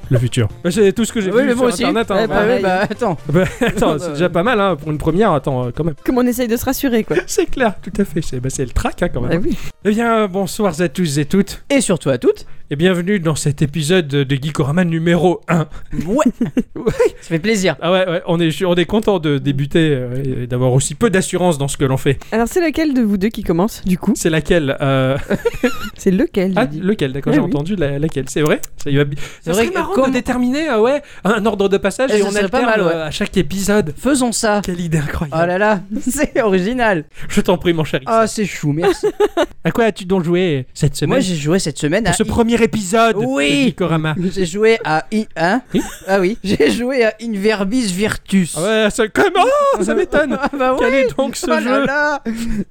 S1: le
S2: (laughs)
S1: futur. Bah, C'est tout ce que j'ai vu
S2: Oui, mais
S1: sur
S2: moi aussi.
S1: Internet. hein.
S2: Ouais, bah,
S1: Ouais.
S2: ouais, bah, attends.
S1: Bah, (laughs) attends, c'est déjà pas mal hein, pour une première. Attends, euh, quand même.
S3: (laughs) Comme on essaye de se rassurer quoi.
S1: C'est clair, tout à fait. C'est bah, c'est le track hein, quand
S3: Bah
S1: même.
S3: oui.
S1: Eh bien, bonsoir à tous et toutes
S2: Et surtout à toutes.
S1: et bienvenue dans cet épisode de Geekorama numéro 1.
S2: (laughs) Ouais. Ça fait plaisir.
S1: Ah ouais, ouais, on est on est content de débuter euh, et d'avoir aussi peu d'assurance dans ce que l'on fait.
S3: Alors c'est lequel de vous deux qui commence du coup
S1: C'est laquelle euh,
S2: Ah,
S3: C'est lequel j'ai
S1: Ah,
S3: dit.
S1: lequel D'accord,
S3: Ah
S1: j'ai
S3: oui.
S1: entendu la- laquelle. C'est vrai Ça, y va... bi-
S2: Eh C'est
S1: Ça
S2: vrai
S1: serait
S2: que
S1: marrant
S2: comme-
S1: de déterminer euh, ouais, un ordre de passage
S2: Eh,
S1: et
S2: ça
S1: on
S2: serait
S1: alterne
S2: pas mal, ouais.
S1: euh, à chaque épisode.
S2: Faisons ça.
S1: Quelle idée
S2: Oh
S1: incroyable
S2: là là, (laughs) c'est original.
S1: Je t'en prie, mon cher.
S2: Ah, c'est chou, merci.
S1: À quoi as-tu donc joué cette semaine
S2: Moi, j'ai joué cette semaine à
S1: Pour ce
S2: I-
S1: premier premier épisode
S2: Oui.
S1: de Gikorama.
S2: J'ai joué à. I- hein
S1: Oui.
S2: ah oui, j'ai joué à Inverbis Virtus.
S1: Ah ouais, ça, comment
S2: (laughs)
S1: Ça m'étonne
S2: Ah bah ouais.
S1: Quel est donc ce
S2: Oh là
S1: jeu
S2: là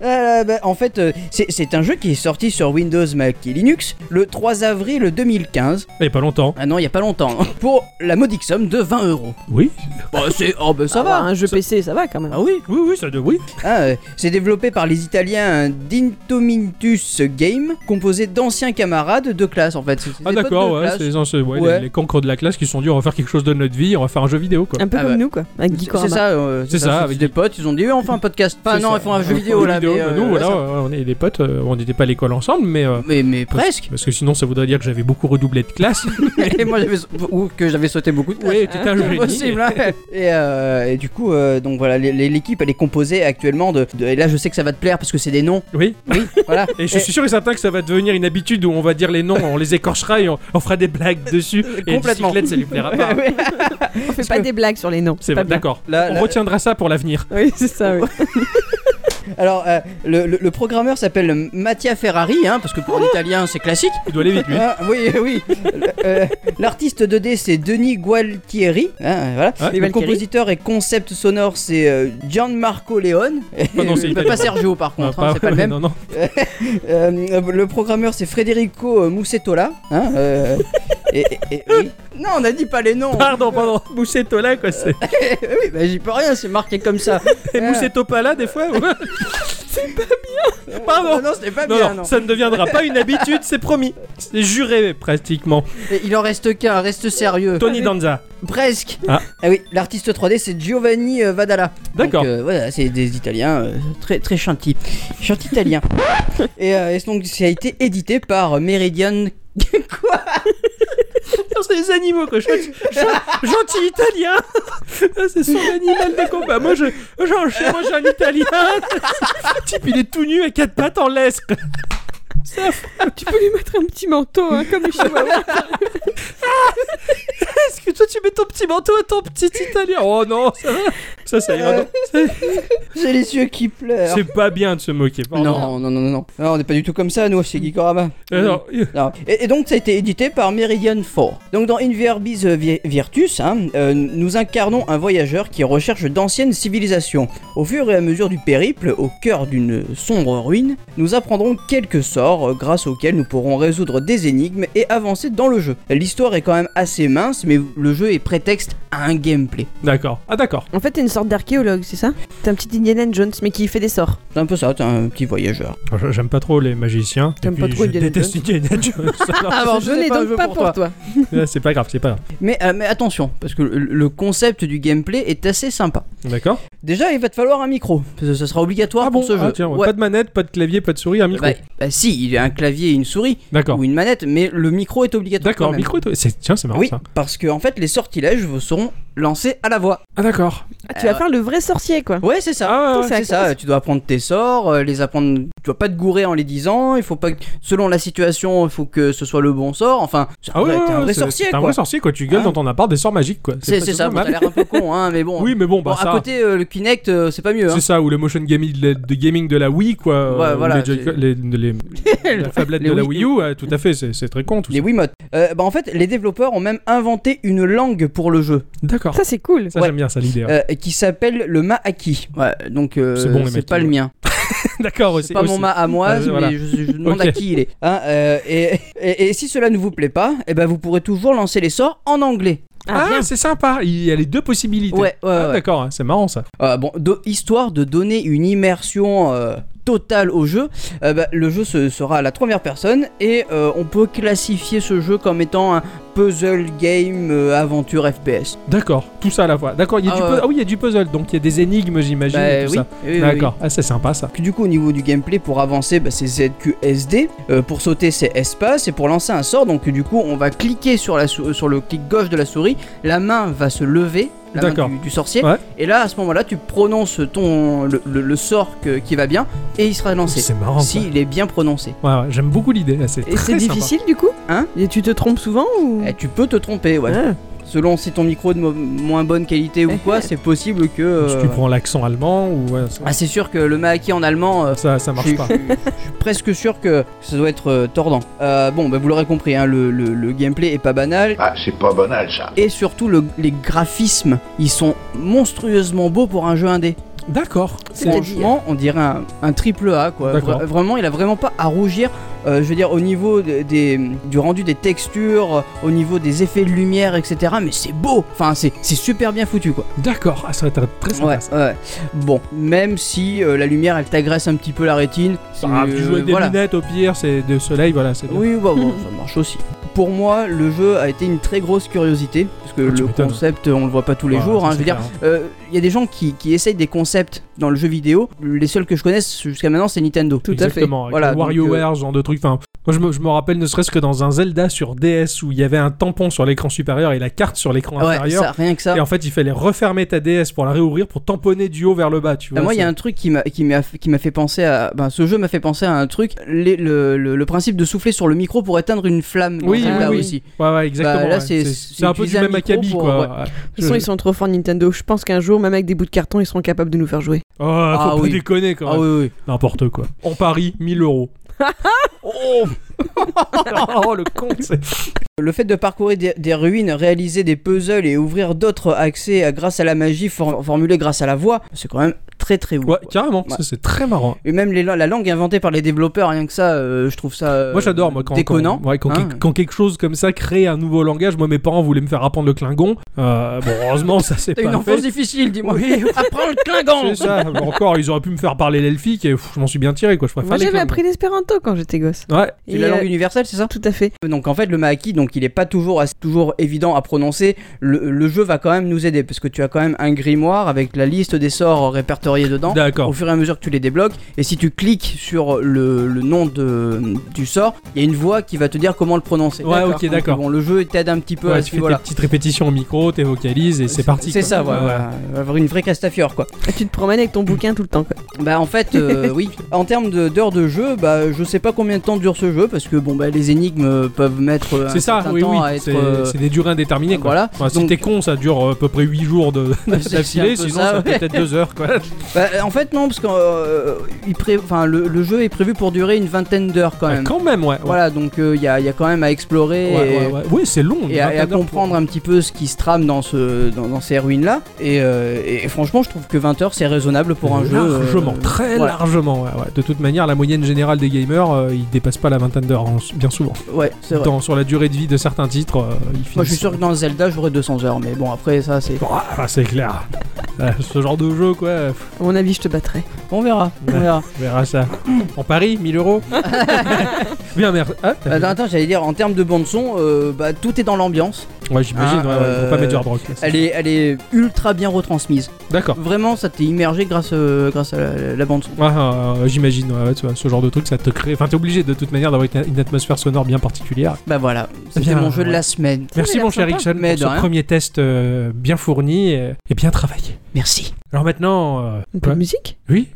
S2: Ah là, bah, En fait, euh, c'est c'est un jeu qui est sorti sur Windows, Mac et Linux le 3 avril 2015.
S1: Mais Eh, pas longtemps.
S2: Ah non, il y a pas longtemps. Pour la modique somme de 20 euros.
S1: Oui.
S2: Bah c'est... Oh bah ça
S3: Ah
S2: va
S3: bah, Un jeu PC, ça va quand même.
S2: Ah oui
S1: Oui, oui, ça de oui.
S2: Ah, euh, C'est développé par les Italiens d'Intomintus Game, composé d'anciens camarades de classe en fait. C'est- c'est
S1: Ah
S2: des potes
S1: d'accord,
S2: de
S1: ouais,
S2: classe.
S1: c'est les, gens, c'est- ouais, les-
S2: Ouais.
S1: les cancres de la classe qui se sont dit on va faire quelque chose de notre vie, on va faire un jeu vidéo quoi.
S3: Un peu
S2: Ah
S3: comme
S2: bah.
S3: nous, quoi. Avec Geekorama.
S2: C'est ça, euh,
S1: C'est ça,
S2: c'est
S1: avec-
S2: des potes, ils ont dit eh, on fait un podcast. Enfin
S1: C'est
S2: non,
S1: ça.
S2: ils font un jeu
S1: Une
S2: vidéo là. mais,
S1: bah,
S2: euh,
S1: nous
S2: ouais,
S1: voilà,
S2: ça-
S1: euh, on est des potes, euh, on n'était pas à l'école ensemble, mais euh,
S2: Mais,
S1: (laughs)
S2: mais presque.
S1: parce que sinon ça voudrait dire que j'avais beaucoup redoublé de
S2: (laughs)
S1: classe.
S2: Et moi j'avais ou que j'avais sauté beaucoup de
S1: oui, t'étais un
S2: C'est
S1: génie.
S2: possible, ouais. (laughs) et, euh, et du coup, euh, donc voilà, les- les- l'équipe elle est composée actuellement de, de- Et là, je sais que ça va te plaire parce que c'est
S1: (laughs)
S2: des noms.
S1: Oui,
S2: Voilà.
S1: et je suis sûr et certain que ça va devenir une habitude où on va dire les noms, on les écorchera et on, on fera des blagues dessus. Et
S2: Complètement.
S1: bicyclette, ça lui plaira
S2: (laughs)
S1: pas.
S3: On fait
S2: Parce
S3: pas
S2: que-
S3: des blagues sur les noms.
S1: C'est
S3: pas
S1: vrai,
S3: bien.
S1: d'accord.
S2: Là,
S1: On
S2: là-
S1: retiendra ça pour l'avenir.
S3: Oui, c'est
S2: (laughs)
S3: ça, oui.
S2: Alors, euh, le, le- le programmeur s'appelle Mattia Ferrari, hein, parce que
S1: Oh.
S2: pour l'italien c'est classique.
S1: Il doit aller vite, lui.
S2: Ah, oui, oui. Le- euh, L'artiste 2D c'est Denis Gualtieri. hein, voilà.
S1: Ouais.
S2: Le
S3: Gualtieri.
S2: compositeur et concept sonore c'est euh, Gianmarco Leone. Euh,
S1: Ah non, c'est
S2: Pas-
S1: italien.
S2: pas Sergio par
S1: Ah,
S2: contre, hein, c'est pas
S1: (laughs)
S2: le même.
S1: Non, non.
S2: Euh, le programmeur c'est Federico Mussetola. Hein, euh, et, et- et- oui. (laughs) Non, on a dit pas les noms.
S1: Pardon, pardon. Moussetto là, quoi.
S2: (laughs)
S1: C'est
S2: oui, bah j'y peux rien, c'est marqué comme (laughs) ça.
S1: Et Moussetto pas là, des fois. ouais.
S2: (laughs)
S1: Pardon.
S2: Non, non, c'était pas
S1: Non,
S2: bien.
S1: non,
S2: Non.
S1: ça ne deviendra pas une habitude, c'est promis. C'est juré, pratiquement.
S2: Et Il en reste qu'un, reste sérieux. (laughs)
S1: Tony Danza.
S2: Presque. Eh
S1: Ah.
S2: oui, l'artiste 3D c'est Giovanni euh, Vadala.
S1: D'accord.
S2: Donc, euh, voilà, c'est des Italiens euh, très très chantis. Chantis (laughs) italiens. et, euh, et donc ça a été édité par Meridian. Quoi
S1: C'est les animaux, quoi. Gentil, gentil italien. (laughs) Ah, C'est son animal de combat. Moi, je, genre, chez moi, j'ai un italien. (laughs) type, il est tout nu à quatre pattes en laisse. quoi.
S3: tu peux lui mettre un petit manteau, hein,
S2: (laughs)
S3: comme les chihuahuas.
S1: Est-ce que toi, tu mets ton petit manteau à ton petit italien Oh non, ça va. Ça, ça ira.
S2: (laughs)
S1: non. C'est-
S2: J'ai les yeux qui pleurent.
S1: C'est pas bien de se moquer. pardon.
S2: Non, non, non, non, non. Non, on n'est pas du tout comme ça, nous, chez Gikorama.
S1: Alors, euh,
S2: Non. Et, et donc ça a été édité par Meridian 4. Donc dans Inverbis euh, Vi- Virtus, hein, euh, nous incarnons un voyageur qui recherche d'anciennes civilisations. Au fur et à mesure du périple, au cœur d'une sombre ruine, nous apprendrons quelques sorts euh, grâce auxquels nous pourrons résoudre des énigmes et avancer dans le jeu. L'histoire est quand même assez mince, mais le jeu est prétexte à un gameplay.
S1: D'accord. Ah, d'accord.
S3: En fait, t'es une sorte d'archéologue, c'est ça T'es un petit Indiana Jones, mais qui fait des sorts.
S2: C'est un peu ça, t'es un petit voyageur.
S1: Je- J'aime pas trop les magiciens.
S3: T'aimes
S1: Et
S3: pas
S1: puis,
S3: trop
S1: je
S3: Indiana
S1: déteste Indiana
S2: (laughs)
S1: Jones. Alors,
S2: Ah, Alors,
S3: je n'ai donc pas pour toi.
S1: euh, (laughs) c'est pas grave, c'est pas grave.
S2: Mais, euh, mais attention, parce que le- le concept du gameplay est assez sympa.
S1: D'accord
S2: Déjà, il va te falloir un micro. Parce que ça sera obligatoire
S1: Ah bon,
S2: pour ce
S1: ah
S2: jeu.
S1: tiens, ouais,
S2: euh, Ouais.
S1: pas de manette, pas de clavier, pas de souris, un micro.
S2: Bah, bah si, il y a un clavier et une souris
S1: D'accord.
S2: ou une manette, mais le micro est obligatoire.
S1: D'accord,
S2: quand même.
S1: micro et tout. C'est- Tiens, c'est marrant
S2: Oui,
S1: ça.
S2: parce que en fait, les sortilèges vous seront lancés à la voix.
S1: Ah d'accord.
S3: Ah, tu vas faire le vrai sorcier, quoi.
S2: Ouais, c'est ça.
S1: Ah,
S3: ouais.
S2: c'est
S3: C'est la
S2: ça. Tu dois apprendre tes sorts, euh, les apprendre. Tu dois pas te gourer en les disant. Il faut pas. que- Selon la situation, il faut que ce soit le bon sort. Enfin, c'est un
S1: Ah ouais,
S2: vrai-
S1: ouais,
S2: t'es un
S1: ouais,
S2: vrai
S1: c'est-
S2: sorcier
S1: T'es un
S2: quoi.
S1: vrai sorcier quoi, tu gueules
S2: Hein
S1: dans ton appart des sorts magiques quoi.
S2: C'est
S1: pas-
S2: c'est ça.
S1: pas
S2: Bon, t'as
S1: mal.
S2: l'air un peu con, hein, mais
S1: (laughs)
S2: bon.
S1: Oui, mais bon,
S2: Bon,
S1: bah
S2: à
S1: ça.
S2: côté, euh, le Kinect, euh, c'est pas mieux. Hein.
S1: C'est ça, ou le motion gaming de, de gaming de la Wii quoi. euh, ou
S2: voilà,
S1: Les, Joy-
S2: c'est-
S1: les,
S2: (laughs)
S1: les- la tablette
S2: les
S1: de la Wii
S2: Wii
S1: U, ouais, tout à fait, c'est c'est très con tout
S2: Les
S1: ça.
S2: Wiimotes. Euh, bah en fait, les développeurs ont même inventé une langue pour le jeu.
S1: D'accord.
S3: Ça, c'est cool.
S1: Ça
S2: ouais.
S1: j'aime bien ça l'idée. hein. ouais.
S2: Euh, qui s'appelle le Maaki. Ouais, donc euh,
S1: C'est bon, les
S2: c'est
S1: mecs,
S2: pas le
S1: ouais.
S2: mien.
S1: (laughs) D'accord aussi.
S2: C'est pas mon
S1: aussi.
S2: ma à moi,
S1: Ah,
S2: mais
S1: voilà.
S2: je,
S1: (laughs)
S2: je demande à
S1: Ok.
S2: qui il est. Hein, euh, et, et- et si cela ne vous plaît pas, eh ben vous pourrez toujours lancer les sorts en anglais.
S3: Ah,
S1: Ah,
S3: bien.
S1: c'est sympa, il y a les deux possibilités.
S2: Ouais, ouais,
S1: Ah,
S2: ouais.
S1: D'accord, hein, c'est marrant ça.
S2: Euh, bon, do- histoire de donner une immersion euh, totale au jeu, euh, bah, le jeu se- sera à la première personne et euh, on peut classifier ce jeu comme étant un puzzle game euh, aventure FPS.
S1: D'accord, tout ça à la fois. D'accord, il y a
S2: Ah
S1: du
S2: ouais.
S1: pu- ah oui, il y a du puzzle, donc il y a des énigmes, j'imagine,
S2: Bah,
S1: et tout
S2: oui,
S1: ça.
S2: oui, oui, oui.
S1: D'accord, ah, c'est sympa ça.
S2: Du coup, au niveau du gameplay, pour avancer, bah, c'est ZQSD. Euh, pour sauter, c'est espace. Et pour lancer un sort, donc du coup, on va cliquer sur, la sou- sur le clic gauche de la souris. La main va se lever. La main
S1: D'accord.
S2: du, du sorcier.
S1: Ouais.
S2: Et là, à ce moment-là, tu prononces ton, le, le- le sort que- qui va bien et il sera lancé.
S1: C'est marrant.
S2: Si il est bien prononcé.
S1: quoi. Ouais, ouais, j'aime beaucoup l'idée. là, C'est
S3: Et
S1: très
S3: c'est
S1: sympa.
S3: difficile, du coup
S2: Hein
S3: Et tu te trompes souvent ou...
S2: Eh, tu peux te tromper, ouais.
S3: Ah.
S2: selon si ton micro est de mo- moins bonne qualité ou quoi, c'est possible que.
S1: Si
S2: euh,
S1: tu prends l'accent allemand ou ouais, ça,
S2: Ah, c'est sûr que le maquis en allemand, euh,
S1: ça, ça marche
S2: je-
S1: pas.
S2: (laughs) je suis presque sûr que ça doit être euh, tordant. Euh, bon, bah, vous l'aurez compris, hein, le, le- le gameplay est pas banal.
S5: Ah, c'est pas banal ça.
S2: Et surtout, le- les graphismes, ils sont monstrueusement beaux pour un jeu indé.
S1: D'accord.
S3: C'est- C'est-à-dire
S2: Franchement, on dirait un, un triple A quoi.
S1: D'accord.
S2: Vra- vraiment, il a vraiment pas à rougir. euh, je veux dire, au niveau de- des, du rendu des textures, euh, au niveau des effets de lumière, etc. Mais c'est beau. Enfin, c'est c'est super bien foutu quoi.
S1: D'accord. Ah, ça va être très sympa.
S2: Ouais,
S1: ça.
S2: ouais. Bon, même si euh, la lumière elle t'agresse un petit peu la rétine.
S1: Ah,
S2: euh,
S1: tu joues avec des
S2: voilà.
S1: lunettes au pire, c'est de soleil, voilà, c'est bien.
S2: Oui, bah, bon, ça marche aussi. Pour moi, le jeu a été une très grosse curiosité parce que
S1: Ah, tu
S2: le
S1: m'étonnes.
S2: concept, on le voit pas tous les
S1: Ouais,
S2: jours.
S1: ça,
S2: hein,
S1: c'est
S2: je veux dire,
S1: clair,
S2: il y a des gens qui, qui essayent des concepts dans le jeu vidéo. Les seuls que je connaisse jusqu'à maintenant, c'est Nintendo.
S3: Tout à fait.
S1: Exactement, avec
S2: Voilà,
S1: le
S2: donc, euh,
S1: WarioWare, ce genre de truc. Enfin, moi, je me, je me rappelle ne serait-ce que dans un Zelda sur DS où il y avait un tampon sur l'écran supérieur et la carte sur l'écran
S2: euh, Ah Ouais,
S1: inférieur.
S2: ça, rien que ça.
S1: Et en fait, il fallait refermer ta DS pour la réouvrir pour tamponner du haut vers le bas, tu vois.
S2: Bah, moi, il y a
S1: c'est-
S2: un truc qui m'a qui m'a qui m'a fait penser à. Ben, ce jeu m'a fait penser à un truc. les- le, le- le principe de souffler sur le micro pour éteindre une flamme. dans
S1: Oui,
S2: Zelda
S1: oui, oui.
S2: aussi.
S1: Ouais, ouais, exactement.
S2: Bah, là,
S1: ouais.
S2: c'est-
S1: C'est-
S2: c'est
S1: c'est un peu du
S2: utiliser un
S1: même
S2: micro
S1: acabit,
S2: pour-
S1: quoi.
S3: De toute façon, ils sont trop forts Nintendo. Je pense qu'un jour, même avec des bouts de carton, ils seront capables de nous faire jouer.
S1: Oh, faut pas
S2: oui.
S1: déconner quand
S2: Ah
S1: même.
S2: oui, oui.
S1: N'importe quoi. On parie 1000
S2: (laughs)
S1: euros. oh Oh, le con, c'est.
S2: Le fait de parcourir des, des ruines, réaliser des puzzles et ouvrir d'autres accès à- grâce à la magie for- formulée grâce à la voix, c'est quand même très très ouf.
S1: Ouais,
S2: quoi.
S1: carrément,
S2: Ouais.
S1: ça, c'est très marrant.
S2: Et même les la la langue inventée par les développeurs, rien que ça, euh, je trouve ça euh,
S1: Moi j'adore moi quand
S2: déconnant.
S1: quand, ouais, quand,
S2: hein.
S1: quelque- quand quelque chose comme ça crée un nouveau langage. Moi mes parents voulaient me faire apprendre le Klingon. Euh, bon heureusement ça c'est
S2: (laughs) T'as
S1: pas
S2: une
S1: fait.
S2: enfance difficile, dis-moi.
S1: Oui,
S2: (laughs) Apprends le clingon
S1: C'est ça. Encore ils auraient pu me faire parler l'elfique et pff, je m'en suis bien tiré quoi. Je préfère
S3: Moi,
S1: les
S3: j'avais
S1: Klingons.
S3: appris l'espéranto quand j'étais gosse.
S1: Ouais.
S2: C'est la
S3: Et,
S2: langue
S3: euh,
S2: universelle, c'est ça
S3: Tout à fait.
S2: Donc en fait le maaki donc il est pas toujours assez- toujours évident à prononcer. Le, le jeu va quand même nous aider parce que tu as quand même un grimoire avec la liste des sorts répertoriés dedans. Au
S1: D'accord.
S2: fur et à mesure que tu les débloques et si tu cliques sur le, le nom de, du sort, il y a une voix qui va te dire comment le prononcer.
S1: Ouais, ok,
S2: Donc,
S1: d'accord.
S2: Bon le jeu t'aide un petit peu
S1: Ouais,
S2: à
S1: tu
S2: ce
S1: fais
S2: niveau-là.
S1: tes petites répétitions au micro, tes vocalises et c'est parti.
S2: C'est
S1: quoi.
S2: ça, voilà. voilà. Avoir une vraie castafiore quoi.
S3: Et tu te promènes avec ton bouquin tout le temps. Quoi.
S2: Bah en
S1: (laughs)
S2: fait euh, oui, en termes de- d'heures de, jeu, bah je sais pas combien de temps dure ce jeu parce que bon bah les énigmes peuvent mettre euh, un
S1: C'est ça,
S2: certain
S1: oui,
S2: temps
S1: oui.
S2: à être
S1: C'est
S2: euh,
S1: c'est des durées indéterminées. Quoi.
S2: voilà.
S1: Enfin, si
S2: Donc-
S1: t'es con, ça dure euh, à peu près 8 jours
S2: (laughs)
S1: de- (laughs)
S2: c'est un
S1: d'affilée,
S2: peu
S1: sinon
S2: ça,
S1: ça, peut
S2: (laughs) ouais.
S1: être 2 heures. Quoi.
S2: Bah, en fait, non, parce que euh, il pré- enfin, le, le jeu est prévu pour durer une vingtaine d'heures quand
S1: Ouais,
S2: même.
S1: Ah, Quand même, ouais. ouais.
S2: Voilà, donc euh, il y, a, y a quand même à explorer
S1: Ouais,
S2: et,
S1: ouais, ouais. Oui, c'est long.
S2: et à, et
S1: 21
S2: à
S1: heures pour-
S2: comprendre un petit peu ce qui se trame dans, ce, dans, dans ces ruines-là. Et, euh, et franchement, je trouve que 20 heures, c'est raisonnable pour un jeu. euh,
S1: Largement, très
S2: voilà.
S1: largement. ouais, ouais. De toute manière, la moyenne générale des gamers, euh, ils dépassent pas la vingtaine d'heures, hein, bien souvent.
S2: Ouais, c'est vrai.
S1: Dans- sur la durée de vie de certains titres, euh, ils finissent.
S2: Moi, je suis sûr que dans Zelda, j'aurais 200 heures, mais bon, après, ça, c'est.
S1: Ah, c'est clair. (laughs) Ouais, ce genre de jeu, quoi. euh,
S3: À mon avis, je te battrais.
S2: On verra. On
S1: Ouais.
S2: verra.
S1: On verra ça. En Paris, 1000
S2: (laughs)
S1: euros. Bien, merde. Ah, t'as
S2: Attends,
S1: fait-
S2: Euh, attends, j'allais dire, en termes de bande-son, euh, bah, tout est dans l'ambiance.
S1: Ouais, j'imagine.
S2: Ah,
S1: ouais, ouais, ils vont pas
S2: euh,
S1: mettre du hard rock, là, c'est-
S2: Elle est, elle est ultra bien retransmise.
S1: D'accord.
S2: Vraiment, ça t'est immergé grâce, euh, grâce à la, la bande-son.
S1: Ouais, euh, j'imagine. ouais, ouais, tu vois, ce genre de truc, ça te crée. Enfin, t'es obligé de toute manière d'avoir une une atmosphère sonore bien particulière.
S2: Bah voilà, c'était
S1: Eh Bien,
S2: mon jeu de
S1: ouais.
S2: la semaine.
S1: Merci
S3: l'air
S1: mon cher
S3: sympa.
S1: Ixon
S2: Mais
S1: pour
S2: de
S1: ce
S2: rien.
S1: premier test euh, bien fourni et, et bien travaillé.
S2: Merci.
S1: Alors maintenant, euh,
S3: Une peu de
S1: ouais.
S3: musique
S1: oui,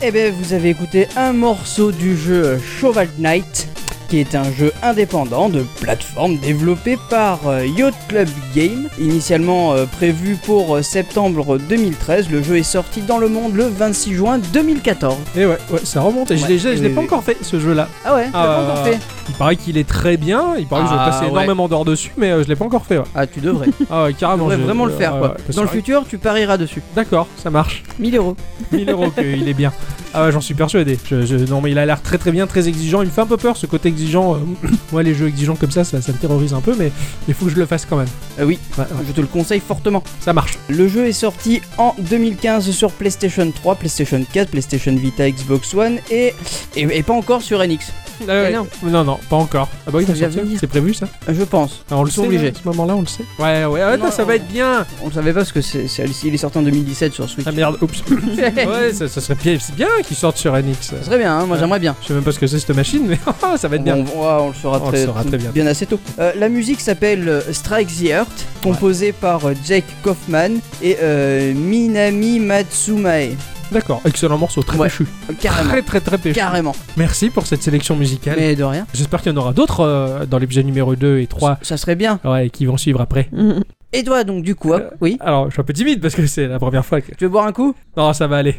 S2: Eh bien, vous avez écouté un morceau du jeu Cheval Knight, qui est un jeu indépendant de plateforme développé par euh, Yacht Club Game. Initialement euh, prévu pour euh, septembre 2013, le jeu est sorti dans le monde le 26 juin 2014.
S1: Et Eh ouais, ouais, ça remonte. Et je
S2: Ouais,
S1: l'ai- je l'ai je l'ai
S2: oui,
S1: pas
S2: oui.
S1: encore fait ce jeu-là.
S2: Ah ouais, t'as pas
S1: Ah,
S2: encore fait
S1: Il paraît qu'il est très bien. Il paraît que
S2: Ah,
S1: j'ai passé
S2: ouais.
S1: énormément d'heures dessus, mais euh, je l'ai pas encore
S2: (laughs)
S1: fait. ouais.
S2: Ah, tu devrais. tu
S1: Ah ouais, carrément.
S2: devrais
S1: j'ai-
S2: vraiment le faire,
S1: ouais,
S2: quoi.
S1: ouais, parce
S2: dans le
S1: que-
S2: futur, tu parieras dessus.
S1: D'accord, ça marche.
S3: 1000 euros.
S1: 1000 euros qu'il est bien. Ah ouais, j'en suis persuadé. Je- je- non, mais il a l'air très très bien, très exigeant. Il me fait un peu peur ce côté exigeant. euh, (clears throat) Moi, les jeux exigeants comme ça, ça, ça me terrorise un peu, mais il faut que je le fasse quand même.
S2: Ah oui,
S1: Ouais, ouais,
S2: je te le conseille fortement.
S1: ça marche.
S2: Le jeu est sorti en 2015 sur PlayStation 3, PlayStation 4, PlayStation Vita, Xbox One et, et, et pas encore sur NX.
S1: Ah ouais,
S3: non.
S1: non, non, pas encore. Ah bah oui,
S3: Ça
S1: t'as
S3: vient
S1: sorti,
S3: venir.
S1: c'est prévu ça
S2: Je pense.
S1: Ah, On le
S2: C'est
S1: sait
S2: obligé.
S1: obligé. À ce moment-là, on le sait. Ouais, ouais, ouais,
S2: Non,
S1: attends, ça va
S2: on-
S1: être bien.
S2: On le savait pas parce que c'est, c'est- il est sorti en 2017 sur Switch.
S1: Ah merde, oups.
S2: (laughs)
S1: ouais, ça, ça serait bien, c'est bien qu'il sorte sur NX.
S2: Ça serait bien, hein, moi
S1: Ouais.
S2: j'aimerais bien.
S1: Je sais même pas ce que c'est cette machine, mais (laughs) ah, ça va être bien.
S2: On, on- on le saura,
S1: On le
S2: très,
S1: saura très bien.
S2: assez tôt. Euh, la musique s'appelle euh, Strike the Heart, composée par euh, Jake Kaufman et euh, Minami Matsumae.
S1: D'accord, excellent morceau, très
S2: Ouais.
S1: péchu.
S2: Euh, Carrément.
S1: Très très très péchu.
S2: Carrément.
S1: Merci pour cette sélection musicale.
S2: Mais de rien.
S1: J'espère qu'il y en aura d'autres euh, dans l'épisode numéro 2 et 3
S2: Ça serait bien.
S1: ouais, qui vont suivre après.
S3: Hum,
S2: Et toi donc du coup, hein,
S1: Euh,
S2: oui
S1: Alors, je suis un peu timide parce que c'est la première fois que...
S2: Tu veux boire un coup
S1: Non, ça va
S3: (laughs)
S1: aller.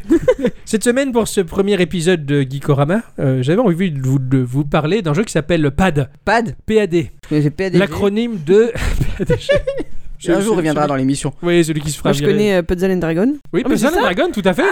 S1: Cette semaine, pour ce premier épisode de Geekorama, euh, j'avais envie de vous, de vous parler d'un jeu qui s'appelle le PAD.
S2: Pad
S1: PAD.
S2: Mais j'ai PADG.
S1: L'acronyme
S3: (laughs)
S1: de... PADG.
S2: Un jour il reviendra dans l'émission.
S1: Oui, celui qui se fera
S3: Moi, je
S1: virer.
S3: connais euh, Puzzle and Dragon.
S1: Oui,
S3: Ah, mais c'est
S1: Puzzle and
S3: ça Ah,
S1: Dragon, tout à fait.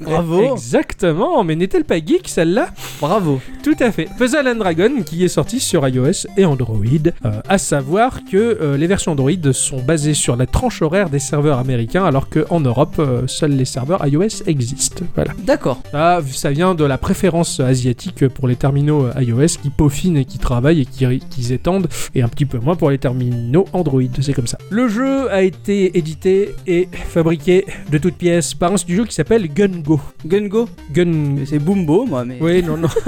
S2: Bravo.
S1: Exactement, mais n'était-elle pas geek celle-là
S2: Bravo.
S1: Tout à fait. Puzzle and Dragon qui est sorti sur iOS et Android. Euh, à savoir que euh, les versions Android sont basées sur la tranche horaire des serveurs américains, alors qu'en Europe, euh, seuls les serveurs iOS existent. Voilà.
S2: D'accord.
S1: Ça, ça vient de la préférence asiatique pour les terminaux euh, iOS qui peaufinent et qui travaillent et qui, qui étendent, et un petit peu moins pour les terminaux Android. C'est comme ça. Le jeu a été édité et fabriqué de toutes pièces par un studio qui s'appelle Gungo.
S2: Gungo,
S1: Gun.
S2: c'est Bumbo moi mais
S1: Oui, non, non. (laughs)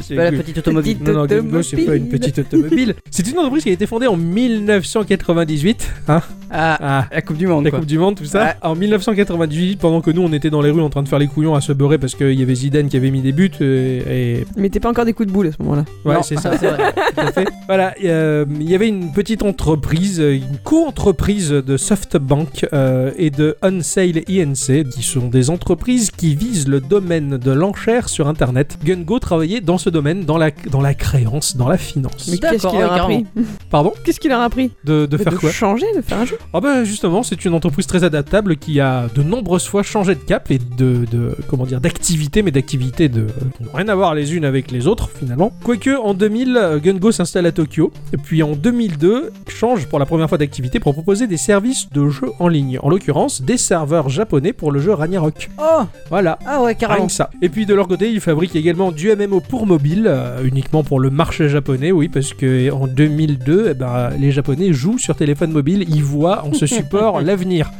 S1: C'est
S2: pas la petite automobile.
S1: non, non, Gungo, c'est pas une
S3: automobile.
S1: petite
S2: (laughs)
S1: automobile. c'est une entreprise qui a été fondée en 1998. Hein
S2: Ah,
S1: ah,
S2: la Coupe du Monde
S1: la
S2: quoi.
S1: Coupe du Monde, tout ça.
S2: Ouais.
S1: En 1998, pendant que nous, on était dans les rues en train de faire les couillons à se beurrer parce qu'il y avait Zidane qui avait mis des buts. euh, Et,
S3: Mais t'es pas encore des coups de boule à ce moment-là.
S1: Ouais, (laughs)
S2: Non,
S1: c'est ça.
S2: c'est vrai.
S1: tout à
S2: (laughs)
S1: fait. Voilà, euh, il y avait une petite entreprise, une co-entreprise de SoftBank euh, et de OnSale INC, qui sont des entreprises qui visent le domaine de l'enchère sur Internet. Gungo travaillait dans ce domaine, dans la, dans la créance, dans la finance.
S3: Mais qu'est-ce
S2: D'accord,
S3: qu'il leur a
S2: ouais,
S3: appris
S1: Pardon
S3: Qu'est-ce qu'il leur a appris
S1: De, de faire
S3: De
S1: quoi
S3: changer, de faire un jeu.
S1: Ah bah justement, c'est une entreprise très adaptable qui a de nombreuses fois changé de cap et de, de- comment dire d'activité, mais d'activité de qui n'ont rien à voir les unes avec les autres finalement. Quoique en 2000, euh, Gungo s'installe à Tokyo, et puis en 2002 change pour la première fois d'activité pour proposer des services de jeux en ligne, en l'occurrence des serveurs japonais pour le jeu Ragnarok.
S2: Oh,
S1: Voilà.
S2: ah ouais,
S1: Rien
S2: carrément.
S1: que ça. Et puis de leur côté, ils fabriquent également du MMO pour mobile, euh, uniquement pour le marché japonais, oui, parce que en 2002, eh ben, les Japonais jouent sur téléphone mobile, ils voient en ce support l'avenir.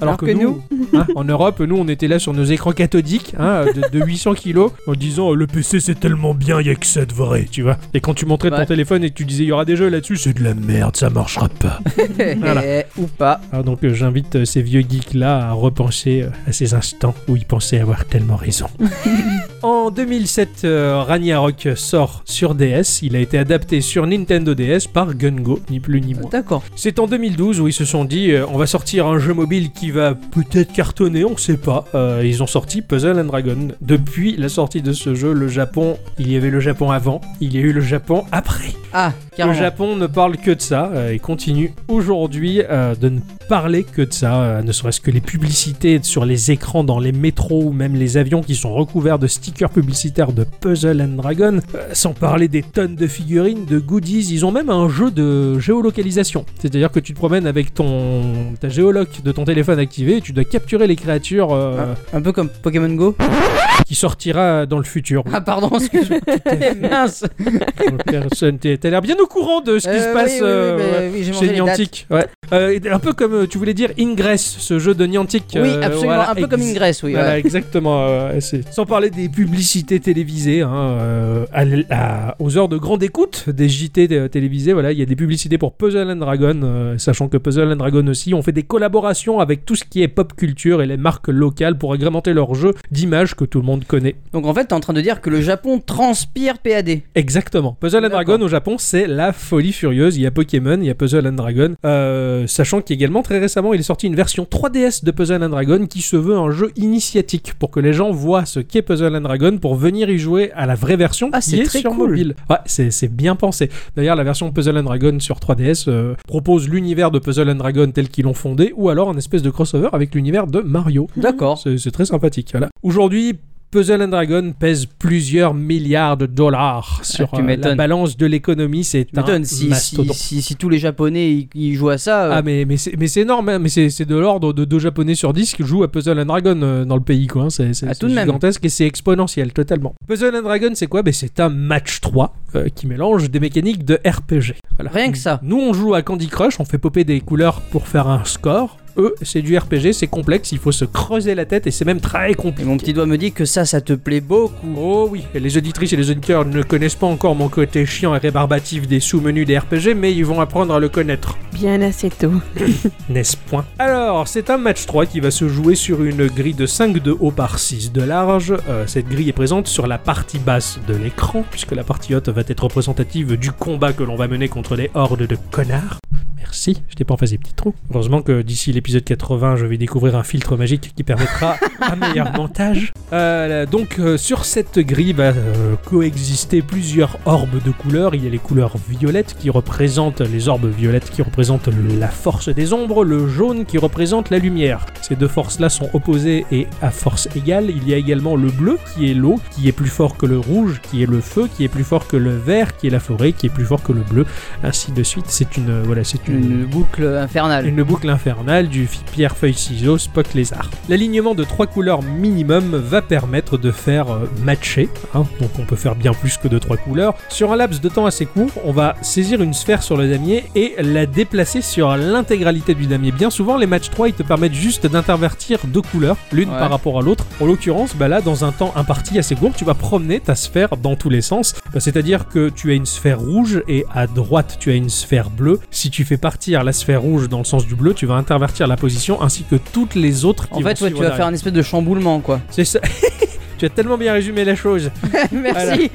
S1: Alors, que, nous, hein, en Europe, nous, on était là sur nos écrans cathodiques hein, de, de 800 kilos, en disant euh, le PC c'est tellement bien, il y a que ça de vrai, tu vois. Et quand tu montrais ton
S2: Ouais.
S1: téléphone et que tu disais il y aura des jeux là-dessus, c'est de la merde, ça marchera pas. Voilà.
S2: Eh, Ou pas.
S1: Ah, donc euh, j'invite euh, ces vieux geeks-là à repenser euh, à ces instants où ils pensaient avoir tellement raison. en 2007, euh, Ragnarok sort sur DS. Il a été adapté sur Nintendo DS par Gungo, ni plus ni moins.
S2: D'accord.
S1: C'est en 2012 où ils se sont dit euh, on va sortir un jeu mobile qui va peut-être cartonner, on sait pas. Euh, ils ont sorti Puzzle and Dragon. Depuis la sortie de ce jeu, le Japon, il y avait le Japon avant, il y a eu le Japon après.
S2: Ah,
S1: Le
S2: carrément.
S1: Japon ne parle que de ça euh, et continue aujourd'hui euh, de ne parler que de ça, euh, ne serait-ce que les publicités sur les écrans dans les métros ou même les avions qui sont recouverts de stickers publicitaires de Puzzle and Dragon, euh, sans parler des tonnes de figurines, de goodies. Ils ont même un jeu de géolocalisation, c'est-à-dire que tu te promènes avec ton ta géoloc de ton téléphone activé et tu dois capturer les créatures euh,
S2: Un peu comme Pokémon
S1: (laughs)
S2: Go.
S1: qui sortira dans le
S2: (laughs)
S1: futur.
S2: Ah, pardon, excuse-moi. Eh, Mince.
S1: Personne, t'es- t'as l'air bien au courant de ce qui
S2: Euh,
S1: se
S2: oui,
S1: passe.
S2: oui, oui,
S1: euh,
S2: mais oui, j'ai
S1: chez
S2: mangé les dates.
S1: Niantic, ouais. Euh, un peu comme euh, tu voulais dire Ingress, ce jeu de Niantic.
S2: Oui,
S1: euh,
S2: absolument,
S1: voilà,
S2: un peu comme
S1: ex-
S2: Ingress, oui.
S1: Voilà,
S2: ouais.
S1: exactement. euh, c'est- Sans parler des publicités télévisées, hein, euh, à l- à- aux heures de grande écoute des JT de- télévisés, voilà, il y a des publicités pour Puzzle and Dragon, euh, sachant que Puzzle and Dragon aussi ont fait des collaborations avec tout ce qui est pop culture et les marques locales pour agrémenter leurs jeux d'images que tout le monde connaît.
S2: Donc en fait, t'es en train de dire que le Japon transpire PAD.
S1: Exactement. Puzzle and
S2: D'accord.
S1: Dragon au Japon, c'est la folie furieuse. Il y a Pokémon, il y a Puzzle and Dragon. Euh, sachant qu'également, très récemment, il est sorti une version 3DS de Puzzle and Dragon qui se veut un jeu initiatique pour que les gens voient ce qu'est Puzzle and Dragon pour venir y jouer à la vraie version
S2: Ah,
S1: qui
S2: c'est
S1: est
S2: très
S1: sur
S2: cool.
S1: mobile. Ouais, c'est c'est bien pensé. D'ailleurs, la version Puzzle and Dragon sur 3DS euh, propose l'univers de Puzzle and Dragon tel qu'ils l'ont fondé ou alors un espèce de crossover avec l'univers de Mario.
S2: D'accord.
S1: C'est c'est très sympathique. voilà. Aujourd'hui, Puzzle and Dragon pèse plusieurs milliards de dollars sur
S2: Ah, tu
S1: euh, la
S2: m'étonnes.
S1: balance de l'économie. C'est
S2: Tu
S1: un
S2: m'étonnes, si, si,
S1: mastodonte.
S2: si- si tous les Japonais ils, ils jouent à ça, euh,
S1: Ah mais, mais c'est mais c'est énorme, hein. mais c'est c'est de l'ordre de deux japonais sur 10 qui jouent à Puzzle and Dragon euh, dans le pays quoi. hein. C'est c'est-
S2: Ah,
S1: c'est
S2: tout de même.
S1: gigantesque et c'est exponentiel totalement. Puzzle and Dragon c'est quoi ben, C'est un match 3 euh, qui mélange des mécaniques de RPG. Voilà.
S2: rien que ça.
S1: Nous, on joue à Candy Crush, on fait popper des couleurs pour faire un score. Eux, c'est du RPG, c'est complexe, il faut se creuser la tête et c'est même très
S2: Et
S1: compliqué.
S2: mon petit doigt me dit que ça, ça te plaît beaucoup.
S1: Oh oui, et les auditrices et les auditeurs ne connaissent pas encore mon côté chiant et rébarbatif des sous-menus des RPG, mais ils vont apprendre à le connaître,
S3: Bien assez tôt.
S1: n'est-ce point Alors, c'est un match 3 qui va se jouer sur une grille de 5 de haut par 6 de large. Euh, cette grille est présente sur la partie basse de l'écran, puisque la partie haute va être représentative du combat que l'on va mener contre les hordes de connards. Merci, je t'ai pas fait ces petits trous. Heureusement que d'ici l'épisode 80, je vais découvrir un filtre magique qui permettra (laughs) un meilleur montage. Euh, donc euh, sur cette grille va euh, coexister plusieurs orbes de couleurs. Il y a les couleurs violettes qui représentent les orbes violettes qui représentent le- la force des ombres, le jaune qui représente la lumière. Ces deux forces-là sont opposées et à force égale. Il y a également le bleu qui est l'eau, qui est plus fort que le rouge, qui est le feu, qui est plus fort que le vert, qui est la forêt, qui est plus fort que le bleu, ainsi de suite. C'est une euh, voilà, c'est une
S2: Une boucle infernale.
S1: une boucle infernale du fi- pierre, feuille, ciseaux, Spock, lézard. L'alignement de trois couleurs minimum va permettre de faire euh, matcher, hein, donc on peut faire bien plus que de trois couleurs. Sur un laps de temps assez court, on va saisir une sphère sur le damier et la déplacer sur l'intégralité du damier. Bien souvent, les matchs 3, ils te permettent juste d'intervertir deux couleurs, l'une
S2: Ouais.
S1: par rapport à l'autre. En l'occurrence, bah là, dans un temps imparti assez court, tu vas promener ta sphère dans tous les sens. Bah, C'est-à-dire que tu as une sphère rouge et à droite tu as une sphère bleue. Si tu fais partir la sphère rouge dans le sens du bleu, tu vas intervertir la position ainsi que toutes les autres qui
S2: En
S1: vont
S2: fait, ouais,
S1: suivre
S2: tu vas
S1: derrière.
S2: faire un espèce de chamboulement, quoi.
S1: C'est ça. (laughs) tu as tellement bien résumé la chose.
S2: (laughs) Merci.